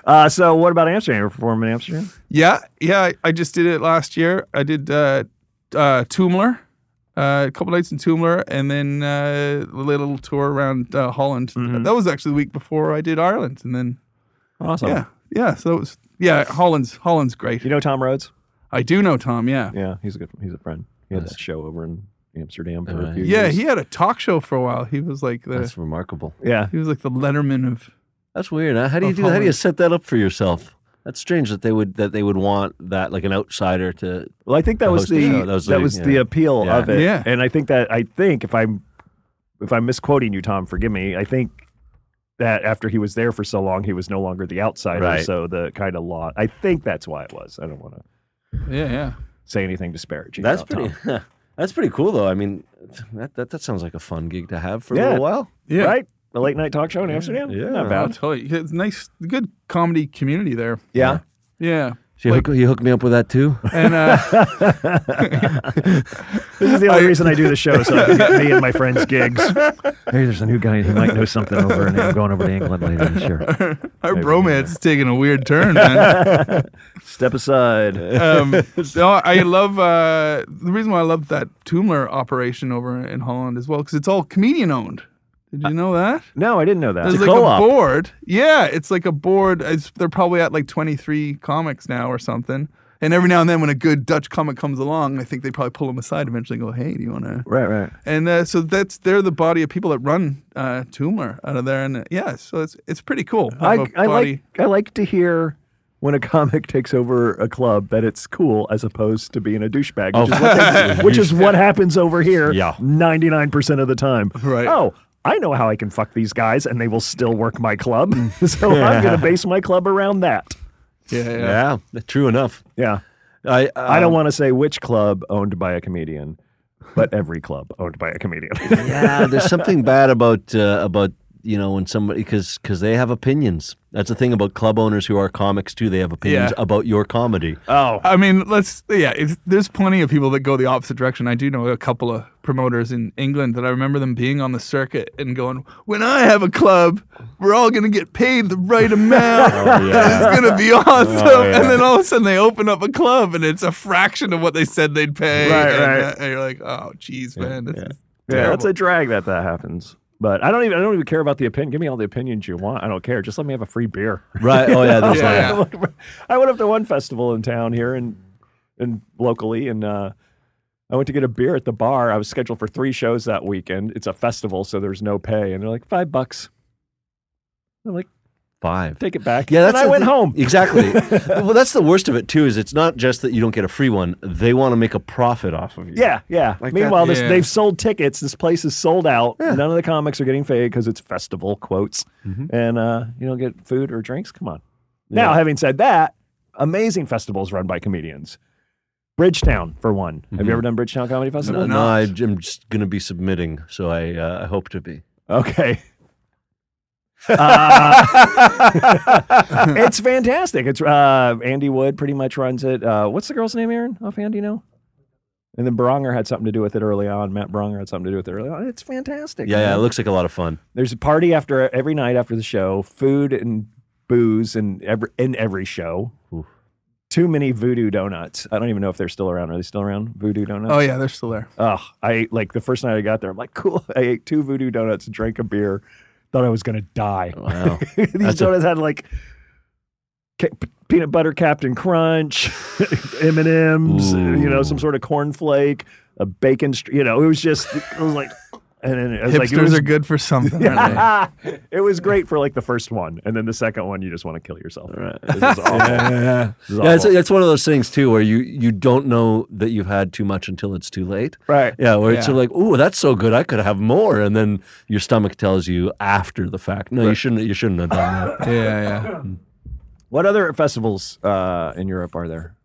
Uh, so, what about Amsterdam? You performed in Amsterdam?
Yeah, yeah. I- I just did it last year. I did uh, uh, Tumler, uh, a couple nights in Tumler, and then uh, a little tour around uh, Holland. That was actually the week before I did Ireland, and then
Awesome.
yeah, yeah. So it was yeah. Holland's Holland's great.
You know Tom Rhodes?
I do know Tom. Yeah,
Yeah, he's a good, he's a friend. He had that show over in Amsterdam for a few
yeah.
years.
He had a talk show for a while. He was like the
That's remarkable.
yeah.
he was like the Letterman of
That's weird. Huh? How do you
Of
do? How do you
Holland.
set that up for yourself? That's strange that they would that they would want that like an outsider to.
Well, I think that
The
was
host
the
of the show,
that was,
yeah.
the appeal
Yeah.
of it.
Yeah.
And I think that I think if I'm if I'm misquoting you, Tom, forgive me. I think that after he was there for so long, he was no longer the outsider.
Right.
So the kind of law. I think that's why it was. I don't want to
yeah, yeah.
say anything disparaging.
That's
about
pretty.
Tom.
that's pretty cool though. I mean, that, that that sounds like a fun gig to have for
Yeah.
a little while.
Yeah.
right. The late night talk show in Amsterdam.
Yeah.
not
Oh,
bad.
totally. Yeah, It's nice, good comedy community there.
Yeah,
Yeah.
So you, hook, you hooked me up with that too.
And uh,
this is the only reason I do the show, so I can get me and my friends gigs. Hey, there's a new guy who might know something over, and I'm going over to England later this year.
our bromance is taking a weird turn, man.
Step aside.
Um, no, I love uh, the reason why I love that Tumler operation over in Holland as well because it's all comedian owned. Did you know that?
No, I didn't know that.
There's like
co-op.
a board. Yeah, it's like a board. It's, they're probably at like 23 comics now or something. And every now and then, when a good Dutch comic comes along, I think they probably pull them aside eventually and go, "Hey, do you want to?"
Right, right.
And uh, so that's they're the body of people that run uh, Tumor out of there, and uh, yeah, so it's it's pretty cool.
I,
Have a
I
body-
like I like to hear when a comic takes over a club that it's cool as opposed to being a douchebag,
Oh.
which, is, what they, which is what happens over here
Yeah.
99% of the time.
Right.
Oh, I know how I can fuck these guys and they will still work my club. so I'm going to base my club around that.
yeah, yeah,
Yeah, true enough.
Yeah.
I
I
um,
don't want to say which club owned by a comedian, but every club owned by a comedian.
yeah, there's something bad about uh, about you know when somebody because because they have opinions. That's the thing about club owners who are comics too. They have opinions
Yeah.
about your comedy.
oh.
I mean, let's yeah. It's, there's plenty of people that go the opposite direction. I do know a couple of promoters in England that I remember them being on the circuit and going, "When I have a club, we're all gonna get paid the right amount.
Oh,
and it's gonna be awesome." And then all of a sudden they open up a club and it's a fraction of what they said they'd pay.
Right,
and,
right.
uh, and you're like, "Oh, geez, man, this is
Yeah,
terrible."
that's a drag that that happens. But I don't even I don't even care about the opinion. Give me all the opinions you want. I don't care. Just let me have a free beer.
Right? Oh yeah, there's
Yeah.
that.
I went up to one festival in town here and and locally, and uh, I went to get a beer at the bar. I was scheduled for three shows that weekend. It's a festival, so there's no pay, and they're like five bucks. I'm like,
five.
take it back.
Yeah, that's
and I
the
went
thing-
home.
Exactly. well, that's the worst of it too. Is it's not just that you don't get a free one; they want to make a profit off of you.
Yeah, yeah.
Like that-
Meanwhile, this,
Yeah.
they've sold tickets. This place is sold out. None of the comics are getting paid because it's festival quotes,
Mm-hmm.
and uh, you don't get food or drinks. Come on. Now, having said that, amazing festivals run by comedians. Bridgetown, for one. Have
Mm-hmm.
you ever done Bridgetown Comedy Festival?
No, no, I, I'm just going to be submitting, so I uh, I hope to be.
Okay. Uh, it's fantastic. It's uh, Andy Wood pretty much runs it. Uh, what's the girl's name, Aaron? Offhand, do you know? And then Bronger had something to do with it early on. Matt Bronger had something to do with it early on. It's fantastic.
Yeah, yeah,
man.
it looks like a lot of fun.
There's a party after every night after the show, food and booze and every in every show.
Oof.
Too many voodoo donuts. I don't even know if they're still around. Are they still around? Voodoo donuts?
Oh yeah, they're still there.
Ugh, I ate like the first night I got there. I'm like, cool. I ate two voodoo donuts, drank a beer, thought I was gonna die.
Oh,
Wow.
These
That's a-
donuts had like ca- p- peanut butter Captain Crunch, M and M's, you know, some sort of cornflake, a bacon. Str- you know, it was just. I was like, and then I was like,
Hipsters
it was,
are good for something. aren't they?
it was great for like the first one, and then the second one, you just want to kill yourself. This is awful. This is
yeah, it's,
awful.
it's one of those things too, where you you don't know that you've had too much until it's too late.
right.
Yeah, where it's
Yeah.
sort of like, oh, that's so good, I could have more, and then your stomach tells you after the fact, no, you shouldn't, you shouldn't have done that.
yeah, yeah.
What other festivals uh, in Europe are there?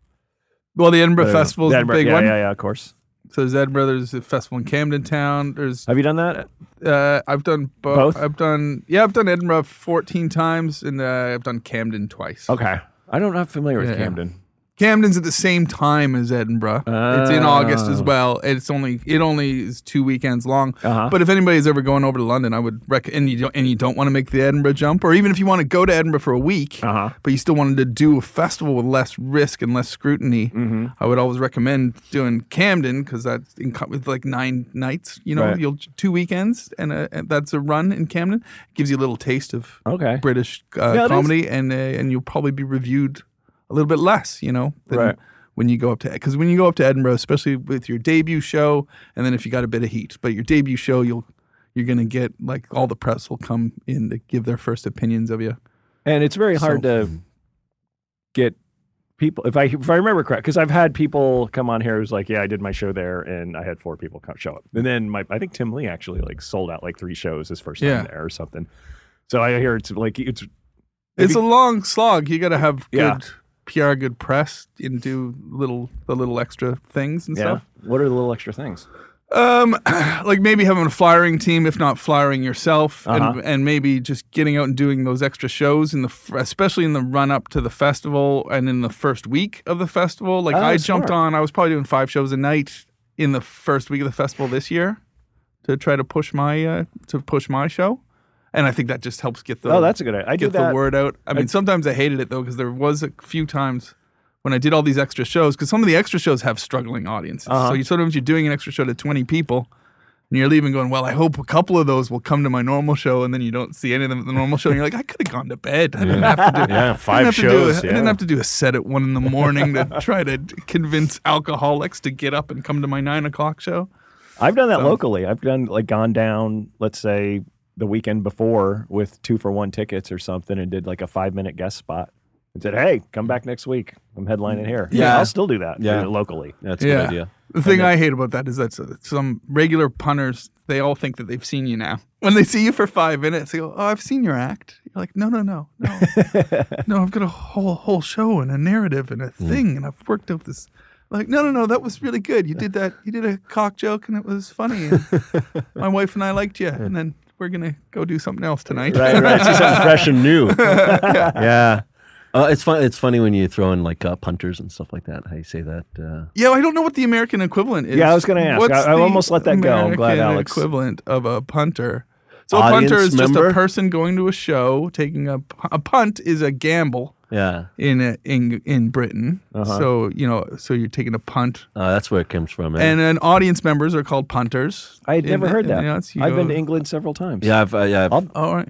Well, the Edinburgh Festival is the
Edinburgh-
big
yeah,
one.
Yeah, yeah, of course.
So there's Edinburgh. There's a festival in Camden Town. There's
Have you done that?
uh, I've done bo-
Both?
I've done yeah. I've done Edinburgh 14 times and uh, I've done Camden twice.
Okay. I don't, I'm not familiar with
Yeah, yeah.
Camden.
Camden's at the same time as Edinburgh. It's in August as well. It's only it only is two weekends long. But if anybody's ever going over to London, I would recommend. And you don't and you don't want to make the Edinburgh jump, or even if you want to go to Edinburgh for a week, but you still wanted to do a festival with less risk and less scrutiny, I would always recommend doing Camden because that's in, co- with like nine nights. You know,
Right.
you'll two weekends, and, uh and that's a run in Camden. gives you a little taste of
Okay.
British uh,
Yeah, it is.
comedy, and uh, and you'll probably be reviewed a little bit less, you know, than
Right.
when you go up to because when you go up to Edinburgh, especially with your debut show, and then if you got a bit of heat, but your debut show, you'll you're gonna get like all the press will come in to give their first opinions of you.
And it's very hard to get people. If I if I remember correct, because I've had people come on here who's like, "Yeah, I did my show there, and I had four people come show up." And then my I think Tim Lee actually like sold out like three shows his first
Yeah.
time there or something. So I hear it's like it's
It's a long slog. You gotta have good
Yeah.
PR, good press, and do little the little extra things and
yeah.
stuff.
What are the little extra things?
Um, like maybe having a flyering team, if not flyering yourself,
Uh-huh.
and, and maybe just getting out and doing those extra shows in the, f- especially in the run up to the festival and in the first week of the festival. Like
Oh,
I jumped
smart.
on, I was probably doing five shows a night in the first week of the festival this year to try to push my uh, to push my show, and I think that just helps get the
Oh, that's a good idea. I do
get the
that.
word out. I mean, sometimes I hated it though because there was a few times when I did all these extra shows because some of the extra shows have struggling audiences.
Uh-huh.
So you sometimes you're doing an extra show to 20 people. And you're leaving going, well, I hope a couple of those will come to my normal show. And then you don't see any of them at the normal show. And you're like, I could have gone to bed. I didn't have to do
Yeah,
I didn't
five
have to do a-
shows.
I
yeah.
didn't have to do a set at one in the morning to try to convince alcoholics to get up and come to my nine o'clock show.
I've done that locally. I've done like gone down, let's say the weekend before with two for one tickets or something, and did like a five minute guest spot and said, "Hey, come back next week. I'm headlining here."
Yeah.
I'll still do that.
Yeah.
uh, locally.
That's a good idea.
The thing I hate about that is that s- some regular punters, they all think that they've seen you now. When they see you for five minutes, they go, "Oh, I've seen your act." You're like, "No, no, no, no, no! I've got a whole whole show and a narrative and a thing, and I've worked out this." Like, no, no, no, that was really good. You did that. You did a cock joke, and it was funny. And my wife and I liked you, and then we're gonna go do something else tonight.
right, right. See something fresh and new. yeah. Uh, it's fun. It's funny when you throw in like uh, punters and stuff like that. How you say that? Uh,
Yeah, I don't know what the American equivalent is.
Yeah, I was gonna ask.
What's
I- I
the
almost let that go. I'm glad
American
Alex-
Equivalent of a punter. So a punter
Audience
is just
member?
a person going to a show, taking a pu- a punt is a gamble
yeah,
in a, in in Britain.
Uh-huh.
So you know, so you're taking a punt,
uh, that's where it comes from. eh?
and then audience members are called punters.
I had
In-
never heard
in
that.
the States, you
I've been
go-
to England several times.
yeah, I've, uh, yeah. I've,
I'll-
All right.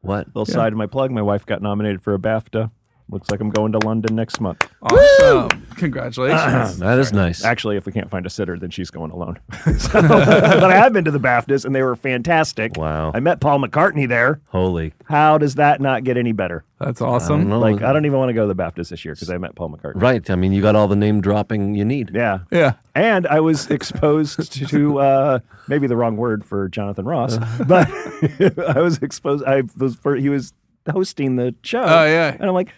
what?
Little side of my plug. My wife got nominated for a BAFTA. Looks like I'm going to London next month.
Awesome. Congratulations.
That is nice.
Actually, if we can't find a sitter, then she's going alone. So- but I have been to the BAFTAs and they were fantastic.
Wow.
I met Paul McCartney there.
Holy.
How does that not get any better?
That's
I don't
awesome.
know.
Like, I don't even want to go to the BAFTAs this year because I met Paul McCartney.
Right. I mean, you got all the name dropping you need.
Yeah.
Yeah.
And I was exposed to uh, maybe the wrong word for Jonathan Ross, but I was exposed. I was for, he was hosting the show.
Oh, yeah.
and I'm like,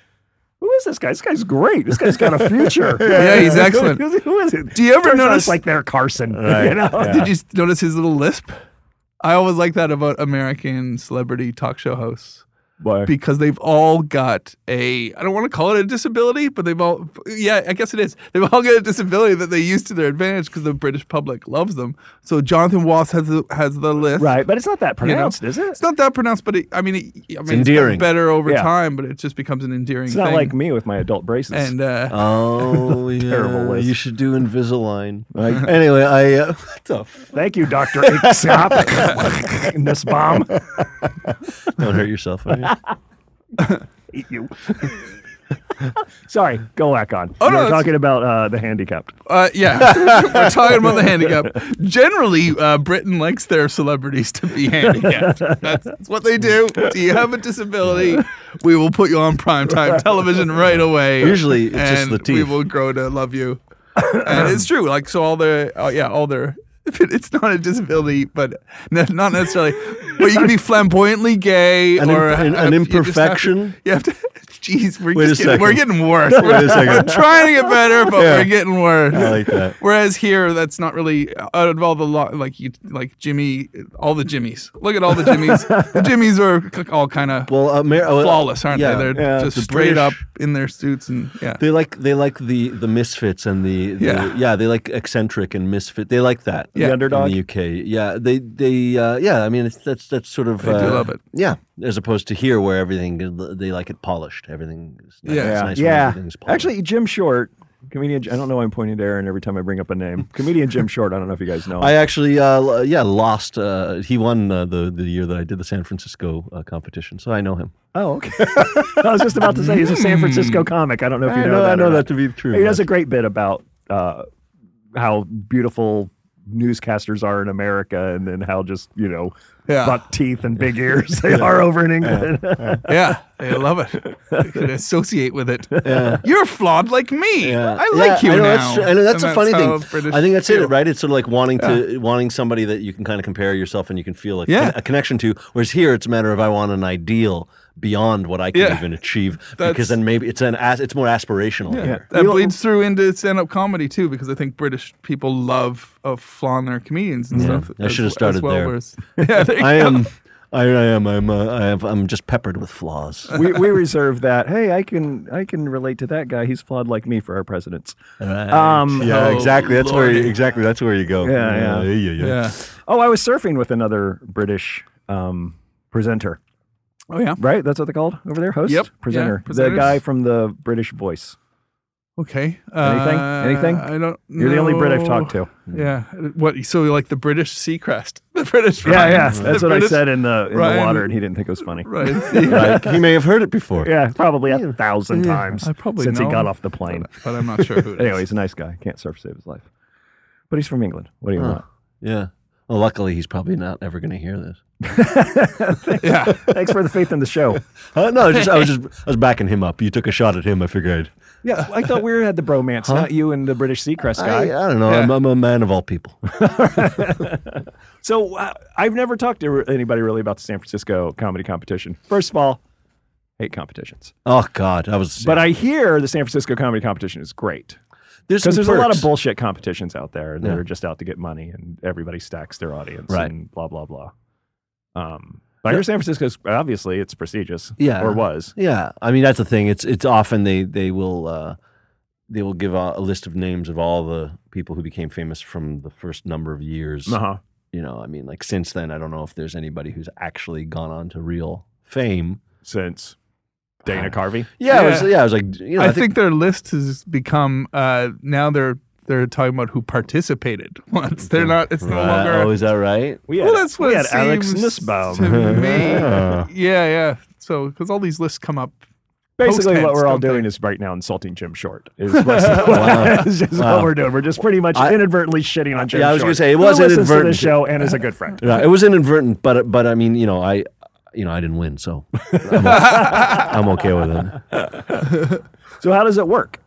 who is this guy? This guy's great. This guy's got a future.
Yeah, he's excellent.
who, who is it?
Do you ever
Turns out
notice-
it's like they're Carson? You know?
Did you s- notice his little lisp? I always like that about American celebrity talk show hosts.
Boy.
because they've all got a I don't want to call it a disability, but they've all yeah, I guess it is. They've all got a disability that they use to their advantage because the British public loves them. So Jonathan Wass has the, has the list.
right, but it's not that
you know?
pronounced, is it?
It's not that pronounced, but it, I mean, it, I mean, it's
endearing.
gotten better over
Yeah.
time, but it just becomes an endearing
It's
thing.
not like me with my adult braces.
and uh,
Oh, yeah.
Terrible list.
You should do Invisalign. anyway, I. Uh, what the f-
Thank you, Doctor Icksop. this bomb
Don't hurt yourself. will you?
eat you. Sorry, go back on.
Oh,
you
no,
were
that's-
talking about uh, the handicapped.
Uh, yeah, we're talking about the handicap. Generally, uh, Britain likes their celebrities to be handicapped. That's, that's what they do. Do you have a disability? We will put you on primetime television right away.
Usually, it's just
and
the
We
teeth.
will grow to love you. And it's true. Like so, all their oh yeah, all their. It's not a disability, but n- not necessarily. But you can be flamboyantly gay
An
or
imp-
you
an- an
just have to-
imperfection?
You have to. Jeez, we're,
Wait
just
a
getting, we're
second.
getting worse.
Wait
We're
a second.
trying to get better, but
Yeah.
we're getting worse.
I like that.
Whereas here, that's not really uh, out of all the lo- like you like Jimmy, all the Jimmys. Look at all the Jimmys. the Jimmys are c- all kind of
Well, uh, Amer- oh, uh,
flawless, aren't
yeah,
they? They're
yeah.
just
The
straight
British-
up in their suits and yeah.
They like they like the the misfits and the, the
Yeah.
yeah. they like eccentric and misfit. They like that.
Yeah. The
underdog?
in the UK. Yeah, they they uh, yeah. I mean, it's, that's that's sort of.
do
uh,
love it.
Yeah, as opposed to here where everything they like it polished. Everything. Is nice.
Yeah.
it's
Yeah.
nice when
yeah.
everything's polished.
Actually, Jim Short, comedian. I don't know why I'm pointing to Aaron every time I bring up a name. Comedian Jim Short. I don't know if you guys know. him.
I actually, uh, l- yeah, lost. Uh, he won uh, the the year that I did the San Francisco uh, competition, so I know him.
oh, okay. I was just about to say he's a San Francisco comic. I don't know if you know, that. or not.
to be true.
He does a great bit about uh, how beautiful newscasters are in America, and then how just you know
Yeah.
buck teeth and big ears they are over in England.
yeah, I love it. I could associate with it. You're flawed like me.
Yeah.
I like
Yeah,
you
I
now.
know, That's, tr- I know that's
And
a funny
how
thing.
British
I think that's
feel.
it, right? It's sort of like wanting to wanting somebody that you can kind of compare yourself and you can feel a,
Yeah.
a connection to. Whereas here, it's a matter of I want an ideal beyond what I can
Yeah.
even achieve
That's-
because then maybe it's an as, it's more aspirational. here.
That bleeds through into stand-up comedy too, because I think British people love of flaunting their comedians and stuff.
I
as-
should have started
as well,
there.
whereas- yeah, there you
I
go.
am. I, I am. I'm. Uh, I have, I'm just peppered with flaws. All
we, we reserve that. Hey, I can I can relate to that guy. He's flawed like me for our presidents.
right.
Um,
yeah,
Oh,
exactly. That's where.
Lordy.
You, exactly. That's where you go.
Yeah, yeah.
yeah, yeah.
Yeah.
Oh, I was surfing with another British um, presenter.
Oh yeah.
Right, that's what they're called over there. Host,
Yep. Yeah,
presenter, the
presenters.
guy from the British Voice.
Okay.
Anything?
Uh,
Anything?
I don't.
You're the only Brit I've talked
know.
to.
Yeah. What? So like the British Seacrest, the British.
Yeah, yeah,
Rhines, the
that's what I
British-
said in the in the
Ryan-
water, and he didn't think it was funny.
Right. see,
Like, he may have heard it before.
Yeah, probably a thousand times
I probably
since
know
he got
him,
off the plane.
But I'm not sure who. It is.
Anyway, he's a nice guy. Can't surf save his life, but he's from England. What do you want?
Yeah. Well, luckily, he's probably not ever going to hear this.
Yeah.
Thanks for the faith in the show.
Uh, no, I was just, I was just I was backing him up. You took a shot at him. I figured.
Yeah, I thought we had the bromance, not you and the British Seacrest
I, I
guy.
don't know. I'm, I'm a man of all people.
So uh, I've never talked to re- anybody really about the San Francisco comedy competition. First of all, hate competitions,
Oh God, I was.
but I hear the San Francisco comedy competition is great. Because
some
there's a lot
perks.
of bullshit competitions out there that
Yeah.
are just out to get money, and everybody stacks their audience,
Right.
and blah blah blah. Um, but I hear San Francisco's obviously it's prestigious,
Yeah.
or was.
Yeah, I mean that's the thing. It's it's often they they will uh, they will give a, a list of names of all the people who became famous from the first number of years.
Uh-huh.
You know, I mean, like since then, I don't know if there's anybody who's actually gone on to real fame.
Since
uh,
Dana Carvey,
Yeah, yeah, I
Yeah.
was, yeah, I was like, you know,
I, think, their list has become uh, now they're they're talking about who participated once. They're not. It's no
Right.
longer.
Oh, is that right?
we had,
well, that's what
we
it
had Alex
seems to
Nussbaum.
me.
Oh,
yeah, yeah. So because all these lists come up.
Basically, what
post-tense,
we're all
don't they?
doing is right now insulting Jim Short. Is, basically- is just what
Wow.
we're doing. We're just pretty much
I-
inadvertently shitting on Jim.
Yeah, I was
Short,
gonna say, it
who
was
listens to
inadvertent.
this show and is a good friend.
Yeah, it was inadvertent, but but I mean, you know, I you know, I didn't win, so I'm, o- I'm okay with it.
So how does it work?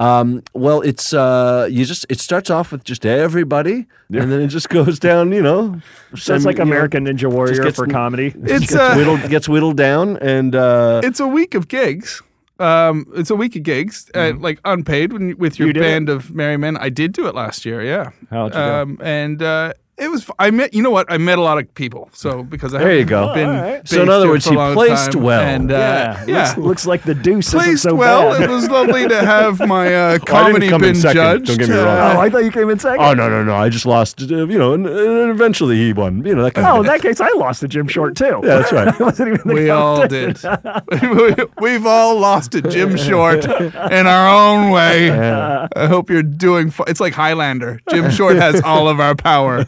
Um, well, it's uh, you just it starts off with just everybody, and then it just goes down. You know,
So it's like uh, American Ninja Warrior
gets
for
n-
comedy.
It's uh,
gets,
a
whittled, gets whittled down, and uh,
it's a week of gigs. Um, it's a week of gigs, uh,
Mm-hmm.
like unpaid when, with your
You did
band of merry men. I did do it last year. Yeah.
How'd you do?
um, And uh, it was. f- I met. You know what? I met a lot of people. So because I
There you
haven't
go.
Been
Oh, all right.
So in
based
other
here
words,
for a
he
long
placed
time,
well.
And, uh,
yeah,
yeah.
Looks, looks like the deuce isn't
placed
so
well.
bad.
It was lovely to have my uh,
Oh, I didn't
comedy
come in
been
second, don't
judged.
get me wrong.
Uh,
oh, I thought you came in second.
oh no, no, no, I just lost. Uh, you know, and, and eventually he won. You know, that kind
Oh, in
of
that case, I lost the Jim Short too.
yeah, that's right.
wasn't even the
we all
competition.
did. We- We've all lost it, Jim Short, in our own way. I hope you're doing. F- it's like Highlander. Jim Short has all of our power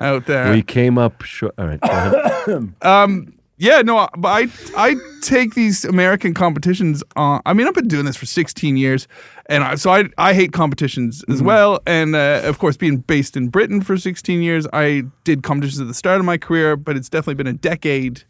out there.
We came up short. All right, go ahead.
Yeah, no, I- but I I take these American competitions on. I mean, I've been doing this for 16 years, and I, so I I hate competitions as well. And uh, of course, being based in Britain for 16 years, I did competitions at the start of my career, but it's definitely been a decade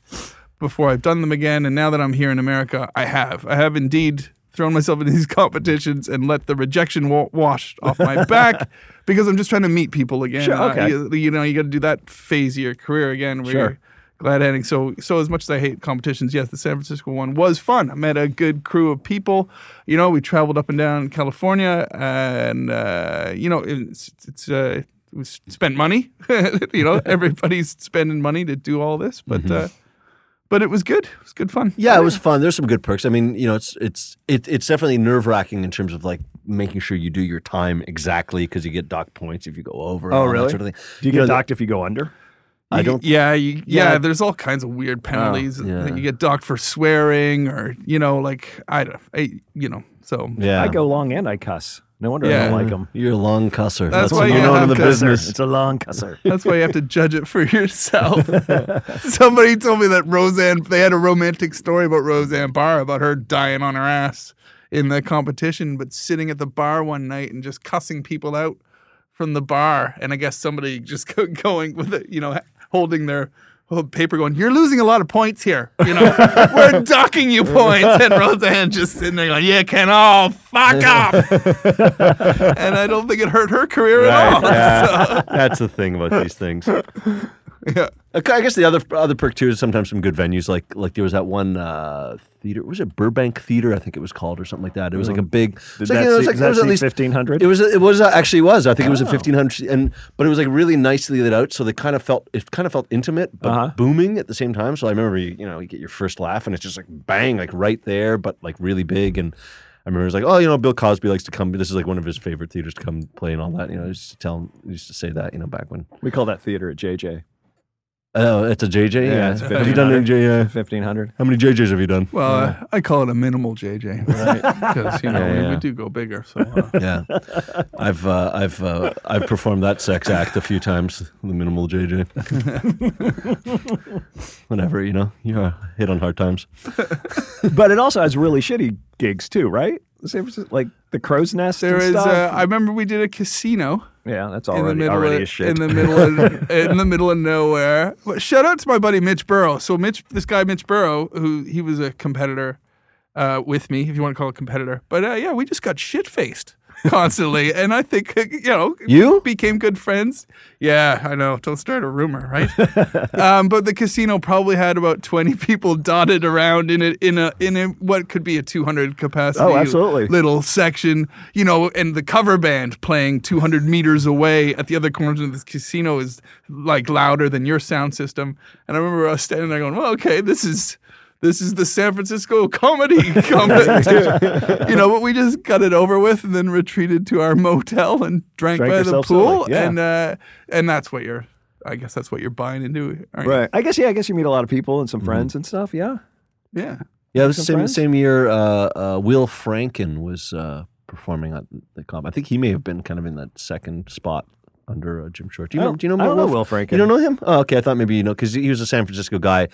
before I've done them again. And now that I'm here in America, I have I have indeed thrown myself into these competitions and let the rejection wa- wash off my back because I'm just trying to meet people again. Uh,
Sure,
And I-
okay.
you know, you got to do that phase of your career again where
Sure.
you're, glad ending. So, so as much as I hate competitions, yes, the San Francisco one was fun. I met a good crew of people. You know, we traveled up and down California, and uh, you know, it's it's. Uh, we s- spent money, you know. Everybody's spending money to do all this, but
Mm-hmm.
uh, but it was good. It was good fun.
Yeah, it was fun. There's some good perks. I mean, you know, it's it's it, it's definitely nerve wracking in terms of like making sure you do your time exactly because you get dock points if you go over. and all that Sort of thing.
Do you get
know, the-
docked if you go under?
I don't.
Yeah, you, yeah,
Yeah.
There's all kinds of weird penalties. that
yeah.
You get docked for swearing, or you know, like I don't, I, you know. So
Yeah,
I go long and I cuss. No wonder I
Yeah.
don't like them.
You're a long cusser.
That's why
what
you
you're known
have
in the
cusser.
business.
It's a long cusser.
that's why you have to judge it for yourself. Somebody told me that Roseanne. They had a romantic story about Roseanne Barr about her dying on her ass in the competition, but sitting at the bar one night and just cussing people out from the bar. And I guess somebody just go, going with it, you know, holding their. whole paper going, you're losing a lot of points here. You know, we're docking you points. And Roseanne just sitting there going, you can all fuck off. and I don't think it hurt her career at all.
yeah. That's the thing about these things.
Yeah.
Okay, I guess the other other perk too is sometimes some good venues. Like like there was that one uh, theater. Was it Burbank Theater? I think it was called or something like that. It was like a big. it was
Mm-hmm. that
like, you know, it was
seat-
like-
does
it
that
was at
seat Oh.
least
1500?
It was it was uh, actually was I think it was a fifteen hundred and but it was like really nicely lit out. So they kind of felt it kind of felt intimate but
Uh-huh.
booming at the same time. So I remember you you know you get your first laugh and it's just like bang like right there but like really big and. I remember it was like, oh, you know, Bill Cosby likes to come. This is like one of his favorite theaters to come play and all that. You know, I used to tell him, I used to say that, you know, back when.
We call that theater at JJ.
Oh, it's a JJ.
Yeah,
Yeah,
it's
have you done any JJ?
1500.
How many JJs have you done?
Well, uh, I call it a minimal JJ, Because you know
Yeah,
we,
yeah.
we do go bigger. So uh,
Yeah, I've uh, I've uh, I've performed that sex act a few times. The minimal JJ. Whatever you know, you uh, hit on hard times.
but it also has really shitty gigs too, right? San Francisco- Like the crow's nest.
there
and
is.
stuff.
Uh, I remember we did a casino
yeah, that's
in the
already
middle
already
of,
a shit.
in the middle of, in the middle of nowhere. But shout out to my buddy Mitch Burrow. So Mitch, this guy Mitch Burrow, who he was a competitor uh, with me, if you want to call it competitor. But uh, yeah, we just got shit faced constantly, and I think uh, you know
You?
became good friends. Yeah, I know. Don't start a rumor, right? um, but the casino probably had about twenty people dotted around in it in a in a, what could be a two hundred capacity.
Oh, absolutely.
Little section, you know, and the cover band playing two hundred meters away at the other corner of this casino is like louder than your sound system. And I remember us standing there going, "Well, okay, this is." This is the San Francisco comedy competition. you know, but we just got it over with and then retreated to our motel and drank,
Drank
by the
yourself
pool.
silly, yeah.
And uh, and that's what you're, I guess that's what you're buying into. aren't you?
Right.
I guess yeah. I guess you meet a lot of people and some
Mm-hmm.
friends and stuff. Yeah.
Yeah.
Yeah, it was the
Some
same
friends?
same year. Uh, uh, Will Franken was uh, performing at the comp. I think he may have been kind of in that second spot under uh, Jim Short. Do you
I
know?
don't-
Do you know?
Oh, I don't
about
know Will Franken.
You don't know him? Oh, okay. I thought maybe you know because he was a San Francisco guy.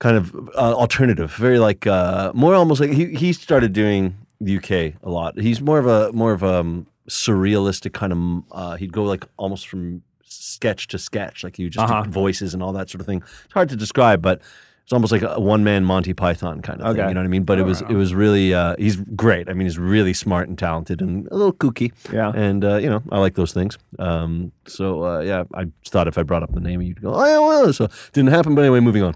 Kind of uh, alternative, very like uh, more almost like he he started doing the UK a lot. He's more of a more of a um, surrealistic kind of. Uh, he'd go like almost from sketch to sketch, like you just
Uh-huh.
did voices and all that sort of thing. It's hard to describe, but it's almost like a one man Monty Python kind of
Okay. Oh,
thing. You know what I mean? But it was it was really uh, he's great. I mean, he's really smart and talented and a little kooky.
Yeah.
And uh, you know, I like those things. Um, so uh, yeah, I just thought if I brought up the name, you'd go, oh yeah, well. So didn't happen. But anyway, moving on.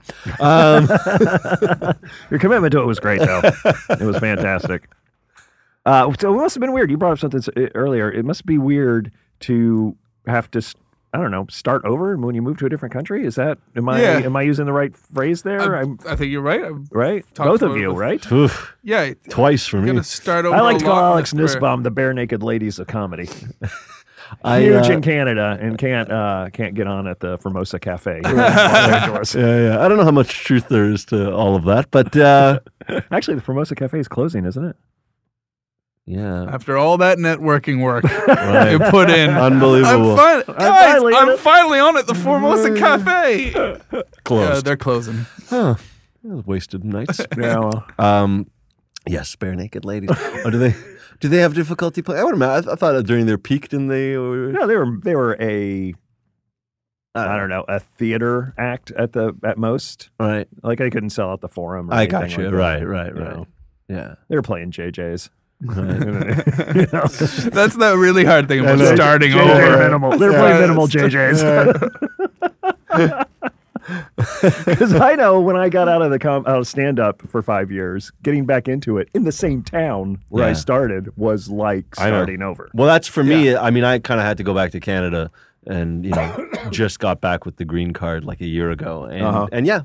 Your commitment to it was great, though. it was fantastic. Uh, so it must have been weird. You brought up something s- uh, earlier. It must be weird to have to, s- I don't know, start over when you move to a different country. Is that am I
Yeah.
am I using the right phrase there? I'm,
I think you're right. I'm,
right,
talked
both
about
of
it
you,
with-
right?
Oof,
yeah. I'm
twice for me.
gonna start over.
I like
a
to call
lot in
Alex
this career.
Nussbaum the bare naked ladies of comedy.
I,
Huge
uh,
in Canada and can't uh, can't get on at the Formosa Cafe. here in Los Angeles.
yeah, yeah. I don't know how much truth there is to all of that, but uh,
Actually, the Formosa Cafe is closing, isn't it?
yeah,
After all that networking work
Right.
you put in.
unbelievable.
I'm, fin- guys,
finally on
I'm
it.
finally on it. The Formosa Cafe. Yeah,
Closed.
they're closing.
Huh. That was wasted nights.
No.
Um, yes, bare naked ladies. oh, do they? Do they have difficulty playing? I would imagine. I thought during their peak, didn't they? Or,
No, they were they were a I don't know a theater act at the at most.
Right.
Like they couldn't sell out the forum. Or
I
anything
got you.
like that.
right. Right.
You
Right.
know,
Yeah.
they were playing JJ's. You know,
That's the really hard thing about
know.
starting
JJ
over.
minimal. They're playing
Yeah.
minimal JJ's. Because I know when I got out of the com- out of stand up for five years, getting back into it in the same town where I
Yeah.
started was like
I know.
starting over.
Well, that's for me. I mean, I kind of had to go back to Canada, and you know, just got back with the green card like a year ago, and
Uh-huh.
and yeah,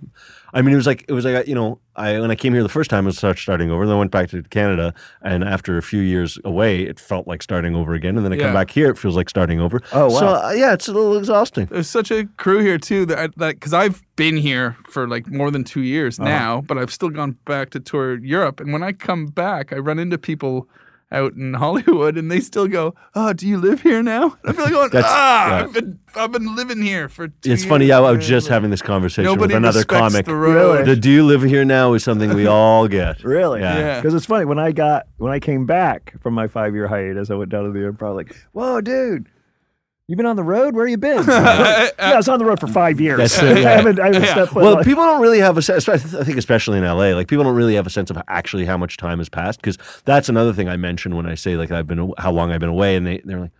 I mean, it was like it was like you know, I when I came here the first time, it was start starting over. Then I went back to Canada, and after a few years away, it felt like starting over again. And then I
Yeah.
come back here, it feels like starting over.
Oh, wow.
So uh, yeah, it's a little exhausting.
There's such a crew here too that that because I've been here for like more than two years
Uh-huh.
now, but I've still gone back to tour Europe. And when I come back, I run into people out in Hollywood, and they still go, "Oh, do you live here now?" I feel like going,
That's-
"Ah,
yeah.
I've been I've been living here for." two
It's funny.
years."
I, I was just having this conversation
Nobody
with another
respects
comic.
The road.
The "Do you live here now?" is something we all get.
Really?
Yeah.
Yeah.
Because it's funny when I got when I came back from my five year hiatus, I went down to the improv like, "Whoa, dude, you been on the road? Where you been?" yeah, I was on the road for five years.
That's it,
I
yeah.
haven't, I haven't
Yeah.
stepped foot.
Well,
on-
people don't really have a sense. I think, especially in LA, like people don't really have a sense of actually how much time has passed. Because that's another thing I mention when I say like I've been how long I've been away, and they they're like,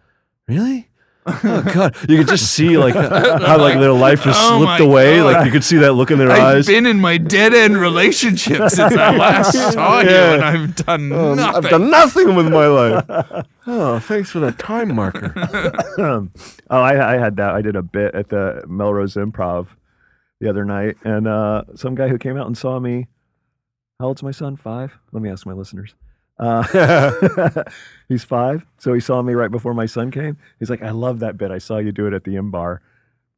really. oh God! You could just see like how like their life has
Oh
slipped
my
away.
God.
Like you could see that look in their
I've
eyes.
been in my dead end relationship since I last saw you,
Yeah.
and I've done
Um,
nothing.
I've done nothing with my life. oh, thanks for that time marker.
Oh, I, I had that. I did a bit at the Melrose Improv the other night, and uh, some guy who came out and saw me. How old's my son? Five. Let me ask my listeners. Uh, he's five, so he saw me right before my son came. He's like, "I love that bit. I saw you do it at the M Bar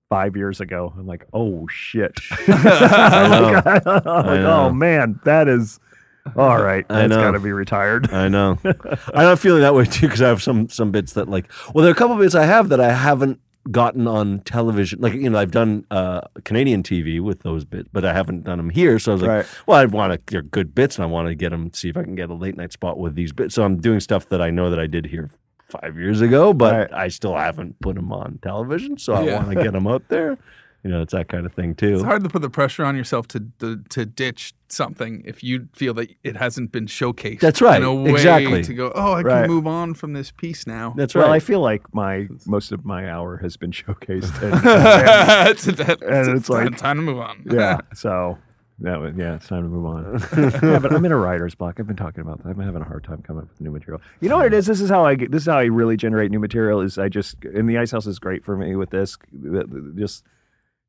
five years ago." I'm like, "Oh shit!"
I know.
I'm like, oh
know.
man, that is all right.
I
That's
know.
got to be retired.
I know. I'm not feeling that way too because I have some some bits that like. Well, there are a couple bits I have that I haven't gotten on television. Like you know, I've done uh, Canadian TV with those bits, but I haven't done them here. So I was like,
Right.
well, I want to. They're good bits, and I want to get them. See if I can get a late night spot with these bits. So I'm doing stuff that I know that I did here. Five years ago, but
Right.
I still haven't put them on television, so I
Yeah.
want to get them out there. You know, it's that kind of thing too.
It's hard to put the pressure on yourself to, to to ditch something if you feel that it hasn't been showcased.
That's right.
In a way
Exactly.
to go, oh, I
Right.
can move on from this piece now.
That's
well, I
right.
feel like my most of my hour has been showcased. and-
It's- that- it's,
it's
time-
like-
time to move on.
yeah. So that was, yeah, it's time to move on. yeah, but I'm in a writer's block. I've been talking about that. I'm having a hard time coming up with new material. You know what it is? This is how I get, this is how I really generate new material. Is I just and the ice house is great for me with this. Th- th- Just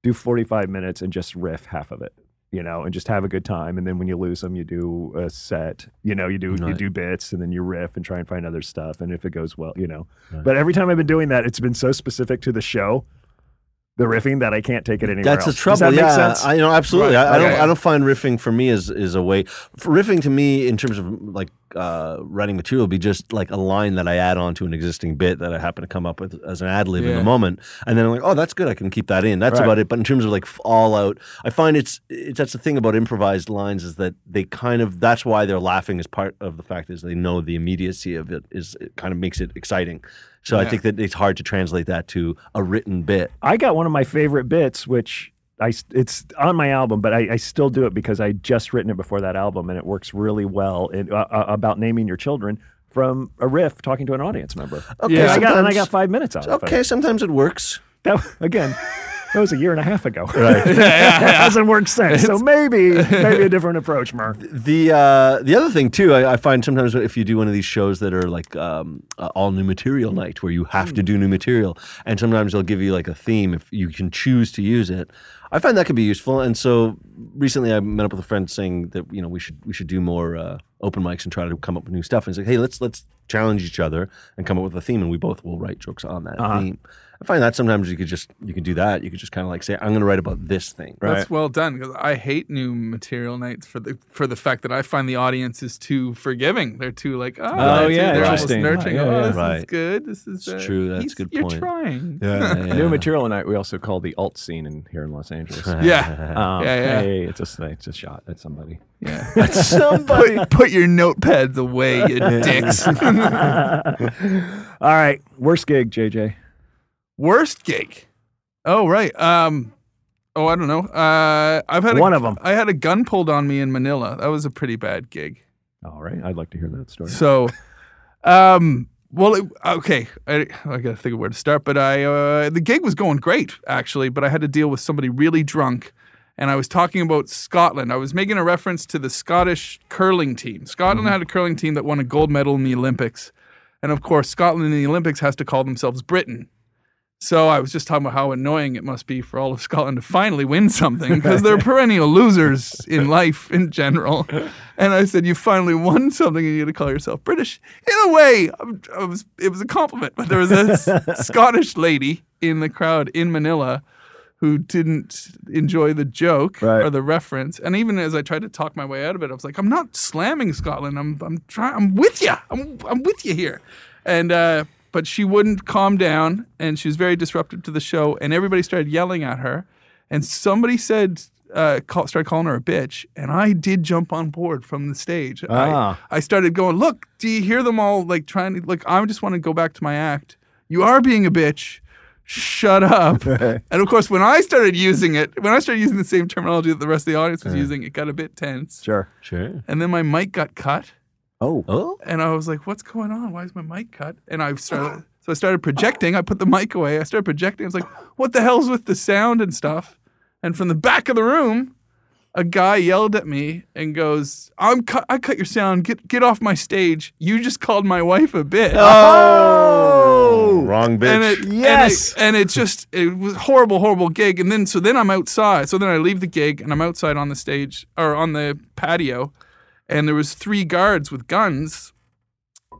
do 45 minutes and just riff half of it. You know, and just have a good time, and then when you lose them, you do a set. You know, you do you
Right.
do bits, and then you riff and try and find other stuff. And if it goes well, you know. But every time I've been doing that, it's been so specific to the show, the riffing that I can't take it anywhere
That's
else.
the trouble.
Does that
yeah,
make sense?
I you know absolutely.
Right,
I, I don't.
okay.
I don't find riffing for me is is a way. For riffing to me, in terms of like uh, writing material, would be just like a line that I add on to an existing bit that I happen to come up with as an ad lib in
Yeah.
the moment, and then I'm like, oh, that's good. I can keep that in. That's
Right.
about it. But in terms of like f- all out, I find it's, it's that's the thing about improvised lines is that they kind of that's why they're laughing is part of the fact is they know the immediacy of it is it kind of makes it exciting. So I
Yeah.
think that it's hard to translate that to a written bit.
I got one of my favorite bits, which I s- it's on my album, but I, I still do it because I just written it before that album, and it works really well in, uh, uh, about naming your children from a riff talking to an audience member.
Okay,
Yeah.
I got, and I
sometimes-
got five minutes out of
Okay,
it.
sometimes it works.
That, again, that was a year and a half ago. Right. it hasn't worked since. So maybe maybe a different approach, Mer.
The uh, the other thing too, I, I find sometimes if you do one of these shows that are like um, uh, all new material night, where you have to do new material, and sometimes they'll give you like a theme if you can choose to use it. I find that could be useful, and so recently I met up with a friend saying that you know we should we should do more uh, open mics and try to come up with new stuff. And he's like, hey, let's let's challenge each other and come up with a theme, and we both will write jokes on that theme. I find that sometimes you could just you could do that. You could just kind of like say, I'm going to write about this thing.
That's well done because I hate new material nights for the for the fact that I find the audience is too forgiving. They're too like, oh, that's it."
yeah,
they're
interesting.
almost nurturing.
Yeah,
oh,
yeah.
this is
Right.
good. This is
It's true, that's
he's-
a good
You're
point.
trying.
Yeah, yeah.
New material night we also call the alt scene in here in Los Angeles. um,
Yeah, yeah.
Hey, it's a it's a shot at somebody.
yeah.
Somebody.
put, put your notepads away, you dicks.
All right, worst gig, JJ.
Worst gig. Oh right. Um. Oh, I don't know. Uh, I've had a-
One of 'em.
I had a gun pulled on me in Manila. That was a pretty bad gig.
All right, I'd like to hear that story.
So, um, well, it, okay, I, I gotta think of where to start. But I, uh, the gig was going great actually, but I had to deal with somebody really drunk and I was talking about Scotland. I was making a reference to the Scottish curling team. Scotland
Mm-hmm.
had a curling team that won a gold medal in the Olympics. And of course, Scotland in the Olympics has to call themselves Britain. So I was just talking about how annoying it must be for all of Scotland to finally win something because they're perennial losers in life in general. And I said, "You finally won something, and you got to call yourself British." In a way, I'm- I was, it was a compliment, but there was a s- Scottish lady in the crowd in Manila who didn't enjoy the joke
Right.
or the reference. And even as I tried to talk my way out of it, I was like, "I'm not slamming Scotland. I'm I'm trying. I'm with you. I'm I'm with you here." And uh, but she wouldn't calm down, and she was very disruptive to the show. And everybody started yelling at her. And somebody said, uh, call, started calling her a bitch, and I did jump on board from the stage.
Ah.
I, I started going, look, do you hear them all like trying to like? I just want to go back to my act. You are being a bitch. Shut up. and of course, when I started using it, when I started using the same terminology that the rest of the audience was using, it got a bit tense.
Sure.
Sure.
And then my mic got cut
Oh.
Oh,
and I was like, "What's going on? Why is my mic cut?" And I started, so I started projecting. I put the mic away. I started projecting. I was like, "What the hell's with the sound and stuff?" And from the back of the room, a guy yelled at me and goes, "I'm cut. I cut your sound. Get get off my stage. You just called my wife a bitch."
Oh.
wrong bitch.
And it, and it-
Yes.
and it just it was horrible, horrible gig. And then so then I'm outside. So then I leave the gig and I'm outside on the stage or on the patio, and there was three guards with guns,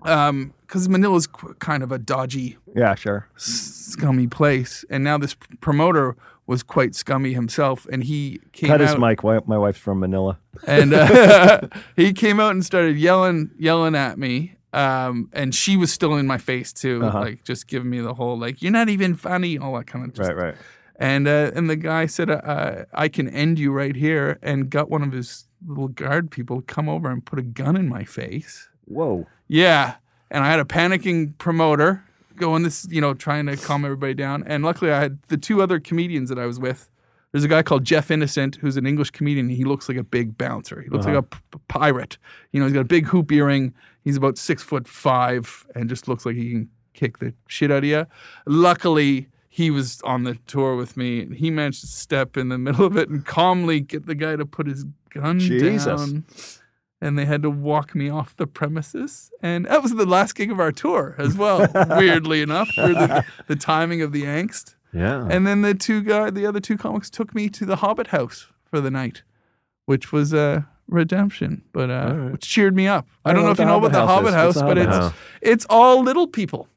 um, because Manila's qu- kind of a dodgy,
Yeah, sure.
scummy place, and now this p- promoter was quite scummy himself, and he came
Cut
out
his mic. Wi- My wife's from Manila.
and uh, he came out and started yelling yelling at me um, and she was still in my face too
Uh-huh.
like just giving me the whole like you're not even funny all that kind of just,
Right, right.
and uh, and the guy said uh, uh, i can end you right here and got one of his little guard people to come over and put a gun in my face
Whoa.
yeah. And I had a panicking promoter going this, you know, trying to calm everybody down. And luckily I had the two other comedians that I was with. There's a guy called Jeff Innocent who's an English comedian. He looks like a big bouncer. He looks like a p- p- pirate. You know, he's got a big hoop earring. He's about six foot five and just looks like he can kick the shit out of you. Luckily, he was on the tour with me and he managed to step in the middle of it and calmly get the guy to put his gun
Jesus.
down and they had to walk me off the premises. And that was the last gig of our tour as well, weirdly enough, for the, the timing of the angst.
yeah.
And then the two guy, the other two comics took me to the Hobbit house for the night, which was uh, redemption, but uh, which cheered me up. I, don't know
know
if
what
you
the
know about the
Hobbit
Hobbit
house
house,
is. What's
but
the Hobbit
it's it's all little people.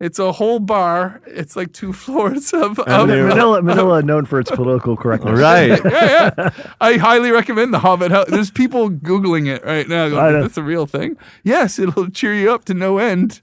It's a whole bar. It's like two floors of, of
Oh, Manila, Manila, known for its political correctness.
right.
yeah, yeah. I highly recommend the Hobbit House. There's people googling it right now.
I
Going,
know.
That's a real thing. Yes, it'll cheer you up to no end.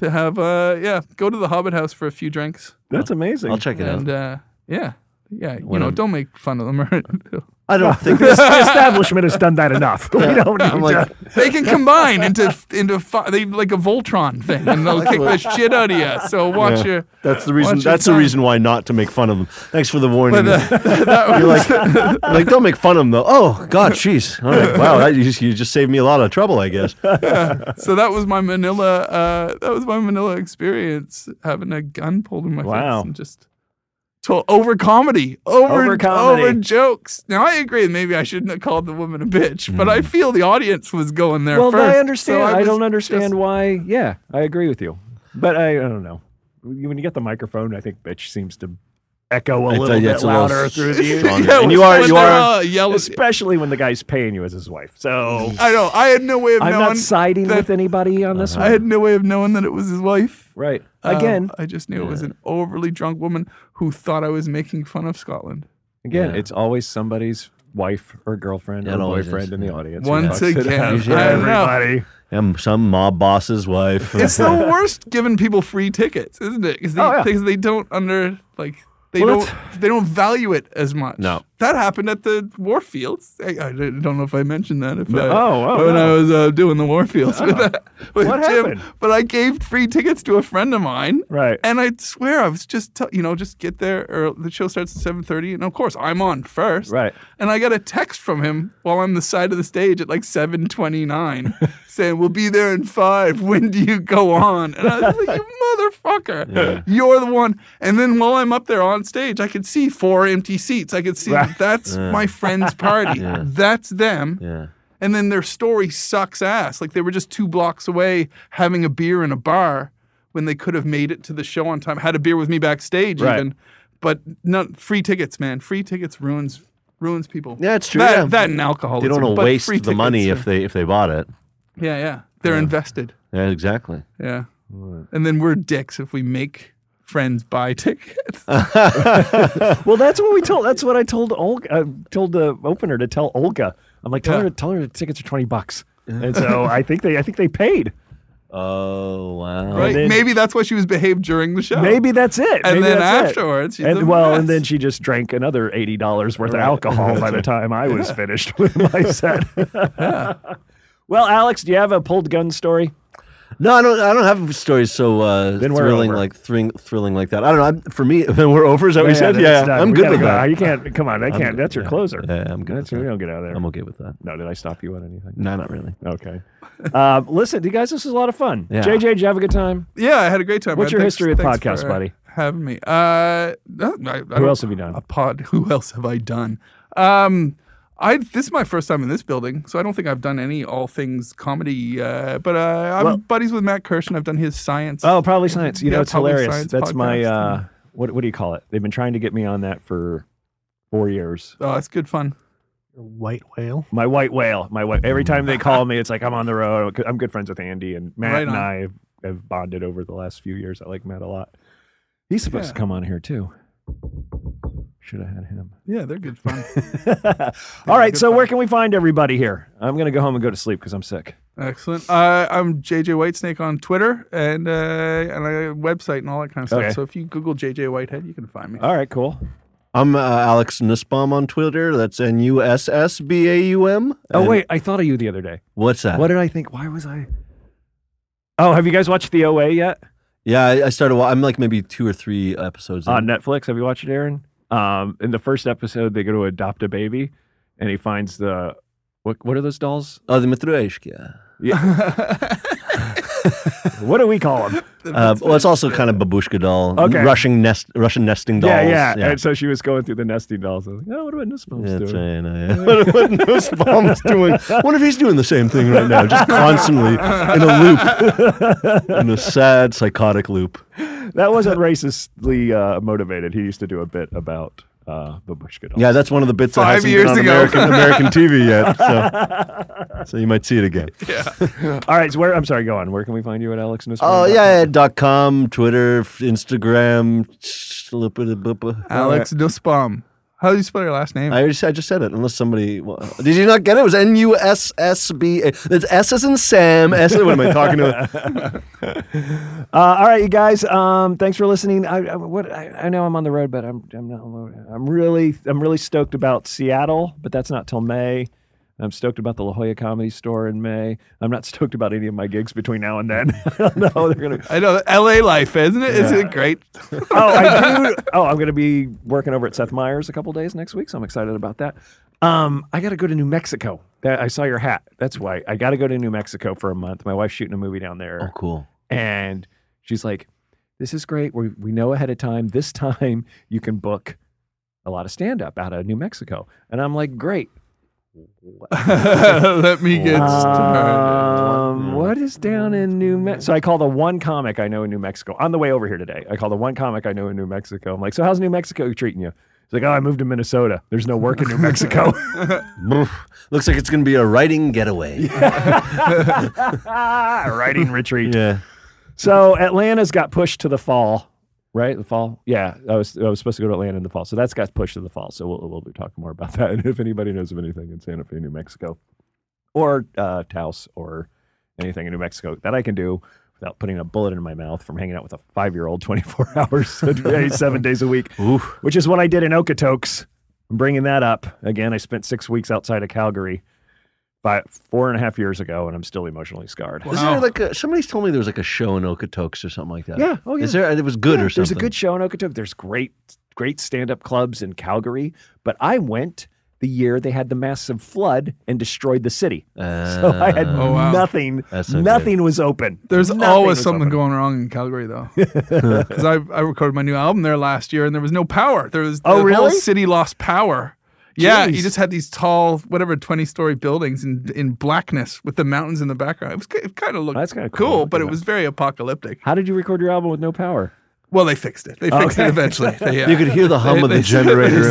To have, uh, yeah, go to the Hobbit House for a few drinks,
That's amazing.
I'll check it out.
and uh, yeah, yeah, you know, don't make fun of them. Or
I don't think
this establishment has done that enough. We don't need
like-
to.
they can combine into into fi- they like a Voltron thing, and they'll kick the shit out of you. So watch your.
that's the reason.
Watch your
That's the
tongue.
reason why not to make fun of them. Thanks for the warning.
But, uh,
You're like, like don't make fun of them though. Oh God, jeez. All right, wow, that, you, just- you just saved me a lot of trouble, I guess.
so that was my Manila. Uh, that was my Manila experience. Having a gun pulled in my
Wow.
face and just told over comedy, over
Over comedy.
over jokes. Now I agree. Maybe I shouldn't have called the woman a bitch, but I feel the audience was going there
Hmm. Well,
first.
I
so
understand. I
was
don't understand
just-
why. Yeah, I agree with you, but I, I don't know. When you get the microphone, I think bitch seems to echo a
It's a-
little
yeah,
bit
it's a little
louder through the
stronger.
Yeah,
And you are-
when
you
they're,
are-
uh, yelling.
especially when the guy's paying you as his wife. So
I know. I had no way of
I'm
knowing.
not siding
that- Uh-huh.
with anybody on this
I
one.
had no way of knowing that it was his wife.
Right.
Um,
Again,
I just knew it was an overly drunk woman who thought I was making fun of Scotland.
Again, it's always somebody's wife or girlfriend
It
or
always
boyfriend
is,
in the
yeah.
audience. who
Once
fucks it up.
again,
Usually
I don't know.
everybody.
Um, some mob boss's wife.
it's the worst giving people free tickets, isn't it? Because they,
Oh, yeah.
'cause they don't under like they
Well,
don't they don't value it as much.
No.
that happened at the Warfields. I, I don't know if I mentioned that. If I,
oh, oh,
when
no.
I was uh, doing the Warfields with, uh, with
What
Jim,
happened?
but I gave free tickets to a friend of mine.
Right.
And I swear I was just tell you know just get there or the show starts at 7:30 and of course I'm on first.
Right.
And I got a text from him while I'm the side of the stage at like 7:29 saying we'll be there in 5 when do you go on? And I was like you motherfucker. You're the one. And then while I'm up there on stage I could see four empty seats. I could see That's my friend's party. That's them.
Yeah.
And then their story sucks ass. Like they were just two blocks away having a beer in a bar when they could have made it to the show on time. Had a beer with me backstage
Right.
even. But not free tickets, man. Free tickets ruins ruins people.
Yeah, it's true,
That,
yeah.
that and alcoholism.
They don't want to
but
waste
free
the money
tickets
if they if they bought it.
are- Yeah, yeah. They're invested.
Yeah, exactly.
Yeah. And then we're dicks if we make friends buy tickets.
Well, that's what we told. That's what I told Olga. I told the opener to tell Olga. I'm like, tell
Yeah.
her, tell her the tickets are twenty bucks. And so I think they, I think they paid.
Oh wow.
Right?
then-
Maybe that's why she was behaved during the show.
Maybe that's it. Maybe
And then
that's it.
afterwards, she's a
and well,
mess.
and then she just drank another eighty dollars worth of alcohol by the time I was finished with my set. well, Alex, do you have a pulled gun story?
No, I don't. I don't have stories so uh,
Then we're
thrilling
over.
like thring, thrilling like that. I don't know. I'm, for me, then we're over. Is that what you said?
that's
Yeah,
done.
I'm
We
good
gotta
with
go.
that.
You can't come on. I can't. that's your closer.
Yeah, I'm good. With
We
that.
don't get out of there.
I'm okay with that.
No, did I stop you on anything?
No, not really.
Okay.
Uh, listen, you guys, this was a lot of fun.
Yeah.
JJ, did you have a good time?
Yeah, I had a great time.
What's
man.
your history with podcasts,
for
buddy?
Having me. Uh, no, I- I don't-
else have you done?
A pod. Who else have I done? Um, I this is my first time in this building, so I don't think I've done any all things comedy. Uh, but uh, I'm
Well-
buddies with Matt Kirsch, and I've done his science.
Oh, probably science. You
Yeah,
know, it's
Probably
hilarious.
Science
That's my
podcast.
uh, what what do you call it? They've been trying to get me on that for four years.
Oh, that's good fun.
White whale.
My white whale. My white. Every time they call me, it's like I'm on the road. I'm good friends with Andy and Matt,
Right
and
on.
I have, have bonded over the last few years. I like Matt a lot. He's supposed
Yeah.
to come on here too. Should have had him.
Yeah, they're good fun.
All right.
good
So where
point.
can we find everybody here? I'm gonna go home and go to sleep because I'm sick.
Excellent. Uh, I'm JJ Whitesnake on Twitter and uh, and a website and all that kind of stuff.
Okay.
So if you Google JJ Whitehead, you can find me.
All right. Cool.
I'm uh, Alex Nussbaum on Twitter. That's N U S S B A U M.
Oh
And
wait, I thought of you the other day.
what's that?
What did I think? Why was I? Uh. Oh, have you guys watched the OA yet?
Yeah, I, I started. wa- I'm like maybe two or three episodes.
on
in.
Netflix. Have you watched it, Aaron? Um, in the first episode, they go to adopt a baby, and he finds the what? What are those dolls?
Oh, the Mitroeshka.
What do we call them?
Uh, well, it's also kind of babushka doll.
Okay.
Russian nest, Russian nesting dolls.
yeah, yeah, And so she was going through the nesting dolls. I was like, oh, what about Nussbaum's
Yeah, that's
doing?
right. I know, yeah. what Nussbaum's doing? What if he's doing the same thing right now, just constantly in a loop, in a sad psychotic loop?
That wasn't racistly uh, motivated. He used to do a bit about uh, babushka dolls.
Yeah, that's one of the bits that
Five
hasn't
years
been on
ago.
American, American TV yet. So. so you might see it again.
All right. So where? I'm sorry. Go on. Where can we find you at Alex Nussbaum?
Oh yeah, yeah, dot com, Twitter, f- Instagram. I
Alex Nussbaum. How do you spell your last name?
I just, I just said it. Unless somebody well, did you not get it? It was N U S S B A. That's S as in Sam. S. What am I talking to?
Uh, all right, you guys. Um, thanks for listening. I, I what I, I know I'm on the road, but I'm I'm not. on the road. I'm really I'm really stoked about Seattle, but that's not till May. I'm stoked about the La Jolla Comedy Store in May. I'm not stoked about any of my gigs between now and then. I don't know. how They're gonna.
I know LA life, isn't it? Isn't it great?
Oh, I do. Oh, I'm gonna be working over at Seth Meyers a couple days next week, so I'm excited about that. Um, I got to go to New Mexico. That, I saw your hat. That's why I got to go to New Mexico for a month. My wife's shooting a movie down there.
Oh, Cool.
and she's like, "This is great. We we know ahead of time. This time you can book a lot of stand up out of New Mexico." And I'm like, "Great.
Let me get started.
Um, what is down in New Mexico?" So I call the one comic I know in New Mexico on the way over here today. I call the one comic I know in New Mexico. I'm like, "So how's New Mexico treating you?" He's like, "Oh, I moved to Minnesota. There's no work in New Mexico."
Looks like it's gonna be a writing getaway. Yeah.
Ah, writing retreat. So Atlanta's got pushed to the fall, right? The fall. Yeah, I was I was supposed to go to Atlanta in the fall, so that's got pushed to the fall. So we'll we'll be talking more about that. And if anybody knows of anything in Santa Fe, New Mexico, or uh, Taos, or anything in New Mexico that I can do without putting a bullet in my mouth from hanging out with a five-year-old 24 hours a day, seven days a week, which is what I did in Okotoks. I'm bringing that up again. I spent six weeks outside of Calgary. About four and a half years ago, and I'm still emotionally scarred.
Isn't there like a, somebody's told me there was like a show in Okotoks or something like that?
Yeah. Oh, yeah.
Is there? It was good
Yeah,
or something.
There's a good show in Okotoks. There's great, great stand-up clubs in Calgary. But I went the year they had the massive flood and destroyed the city. So I had
Uh,
wow.
nothing.
That's so good.
Nothing was open.
There's
Nothing
always
was
something
open.
going wrong in Calgary, though. Because I, I recorded my new album there last year, and there was no power. There was
Oh,
the whole
really?
city lost power. Yeah,
Jeez.
you just had these tall, whatever, twenty-story buildings in in blackness with the mountains in the background. It was ki- it kind of looked
That's kinda cool
cool, but it
looking,
was very apocalyptic.
How did you record your album with no power?
Well, they fixed it. They fixed it eventually. They, uh,
You could hear the hum of the generator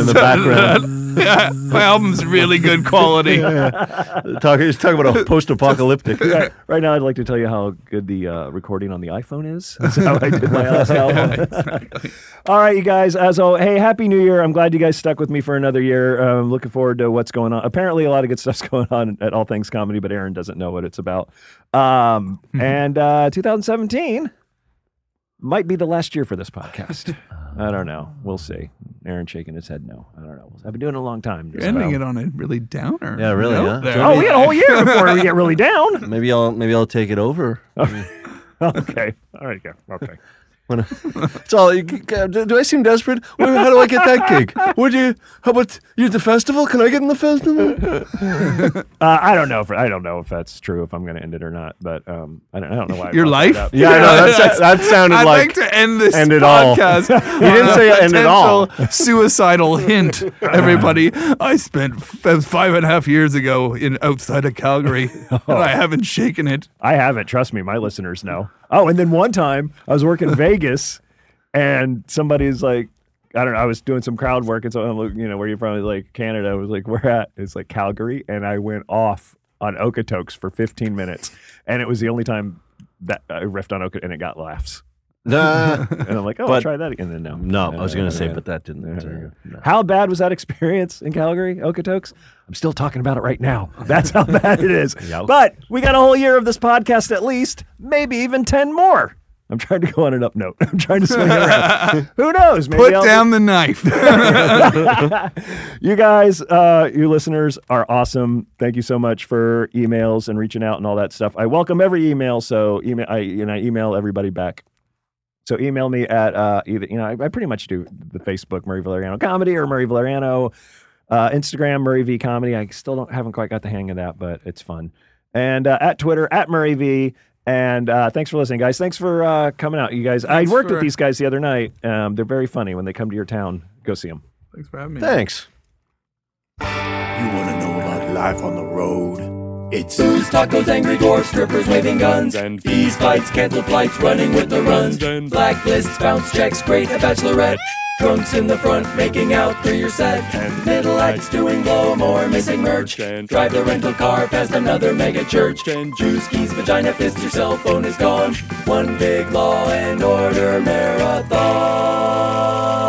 in the background.
yeah, my album's really good quality.
Talk, he's talking about a post-apocalyptic.
Yeah, right now, I'd like to tell you how good the uh, recording on the iPhone is. That's how I did my last album. All right, you guys. As oh, hey, happy New Year! I'm glad you guys stuck with me for another year. Um, looking forward to what's going on. Apparently, a lot of good stuff's going on at All Things Comedy, but Aaron doesn't know what it's about. Um,
Mm-hmm.
and uh, 2017 might be the last year for this podcast. I don't know. We'll see. Aaron shaking his head. No, I don't know. I've been doing it a long time.
You're ending it on a really downer.
Yeah, really,
note
huh?
there.
Oh, we got a whole year before we get really down.
Maybe I'll maybe I'll take it over.
Okay. All right. Yeah. Okay.
When- it's all. you- Do do I seem desperate? Where- How do I get that gig? Would you? How about you at the festival? Can I get in the festival?
Uh, I don't know if I don't know if that's true. If I'm going to end it or not, but um, I don't, I don't know why. I
Your
brought that
life?
up.
Yeah, I know. That's, that sounded
I'd
like.
like, to end this
end it all.
podcast.
You didn't
on a
say end it all.
potential Suicidal hint, everybody. I spent f- five and a half years ago in outside of Calgary,
Oh.
and I haven't shaken it.
I haven't. Trust me, my listeners know. Oh, and then one time I was working in Vegas, and somebody's like, I don't know. I was doing some crowd work, and so I'm like, you know, where you're from? He's Like Canada. I was like, where at? It's like Calgary, and I went off on Okotoks for 15 minutes, and it was the only time that I riffed on Okotoks, and it got laughs.
Nah.
And I'm like, oh, I'll
But-
try that again. And then no,
no, I was gonna say,
yeah.
but that didn't.
How bad was that experience in Calgary, Okotoks? I'm still talking about it right now. That's how bad it is. But we got a whole year of this podcast at least, maybe even 10 more. I'm trying to go on an up note. I'm trying to swing it around. Who knows? Maybe
Put
I'll-
down the knife.
You guys, uh, you listeners are awesome. Thank you so much for emails and reaching out and all that stuff. I welcome every email. So email, I, and I email everybody back. So email me at uh, either you know I, I pretty much do the Facebook Murray Valeriano comedy or Murray Valeriano, uh, Instagram Murray V comedy. I still don't haven't quite got the hang of that, but it's fun. And uh, at Twitter at Murray V. And uh, thanks for listening, guys. Thanks for uh, coming out, you guys. I
Thanks
worked
for-
with these guys the other night. Um, they're very funny when they come to your town. Go see them.
Thanks for having me.
Thanks.
You wanna know about life on the road? It's
Booze, tacos, angry dwarfs, strippers waving guns, and fees, fights, cancel flights, running with the runs, blacklists, bounce checks, great a bachelorette, trunks in the front, making out through your set, and middle acts doing blow more, missing merch, drive the rental car past another mega church, and juice keys, vagina fist, your cell phone is gone, one big law and order marathon.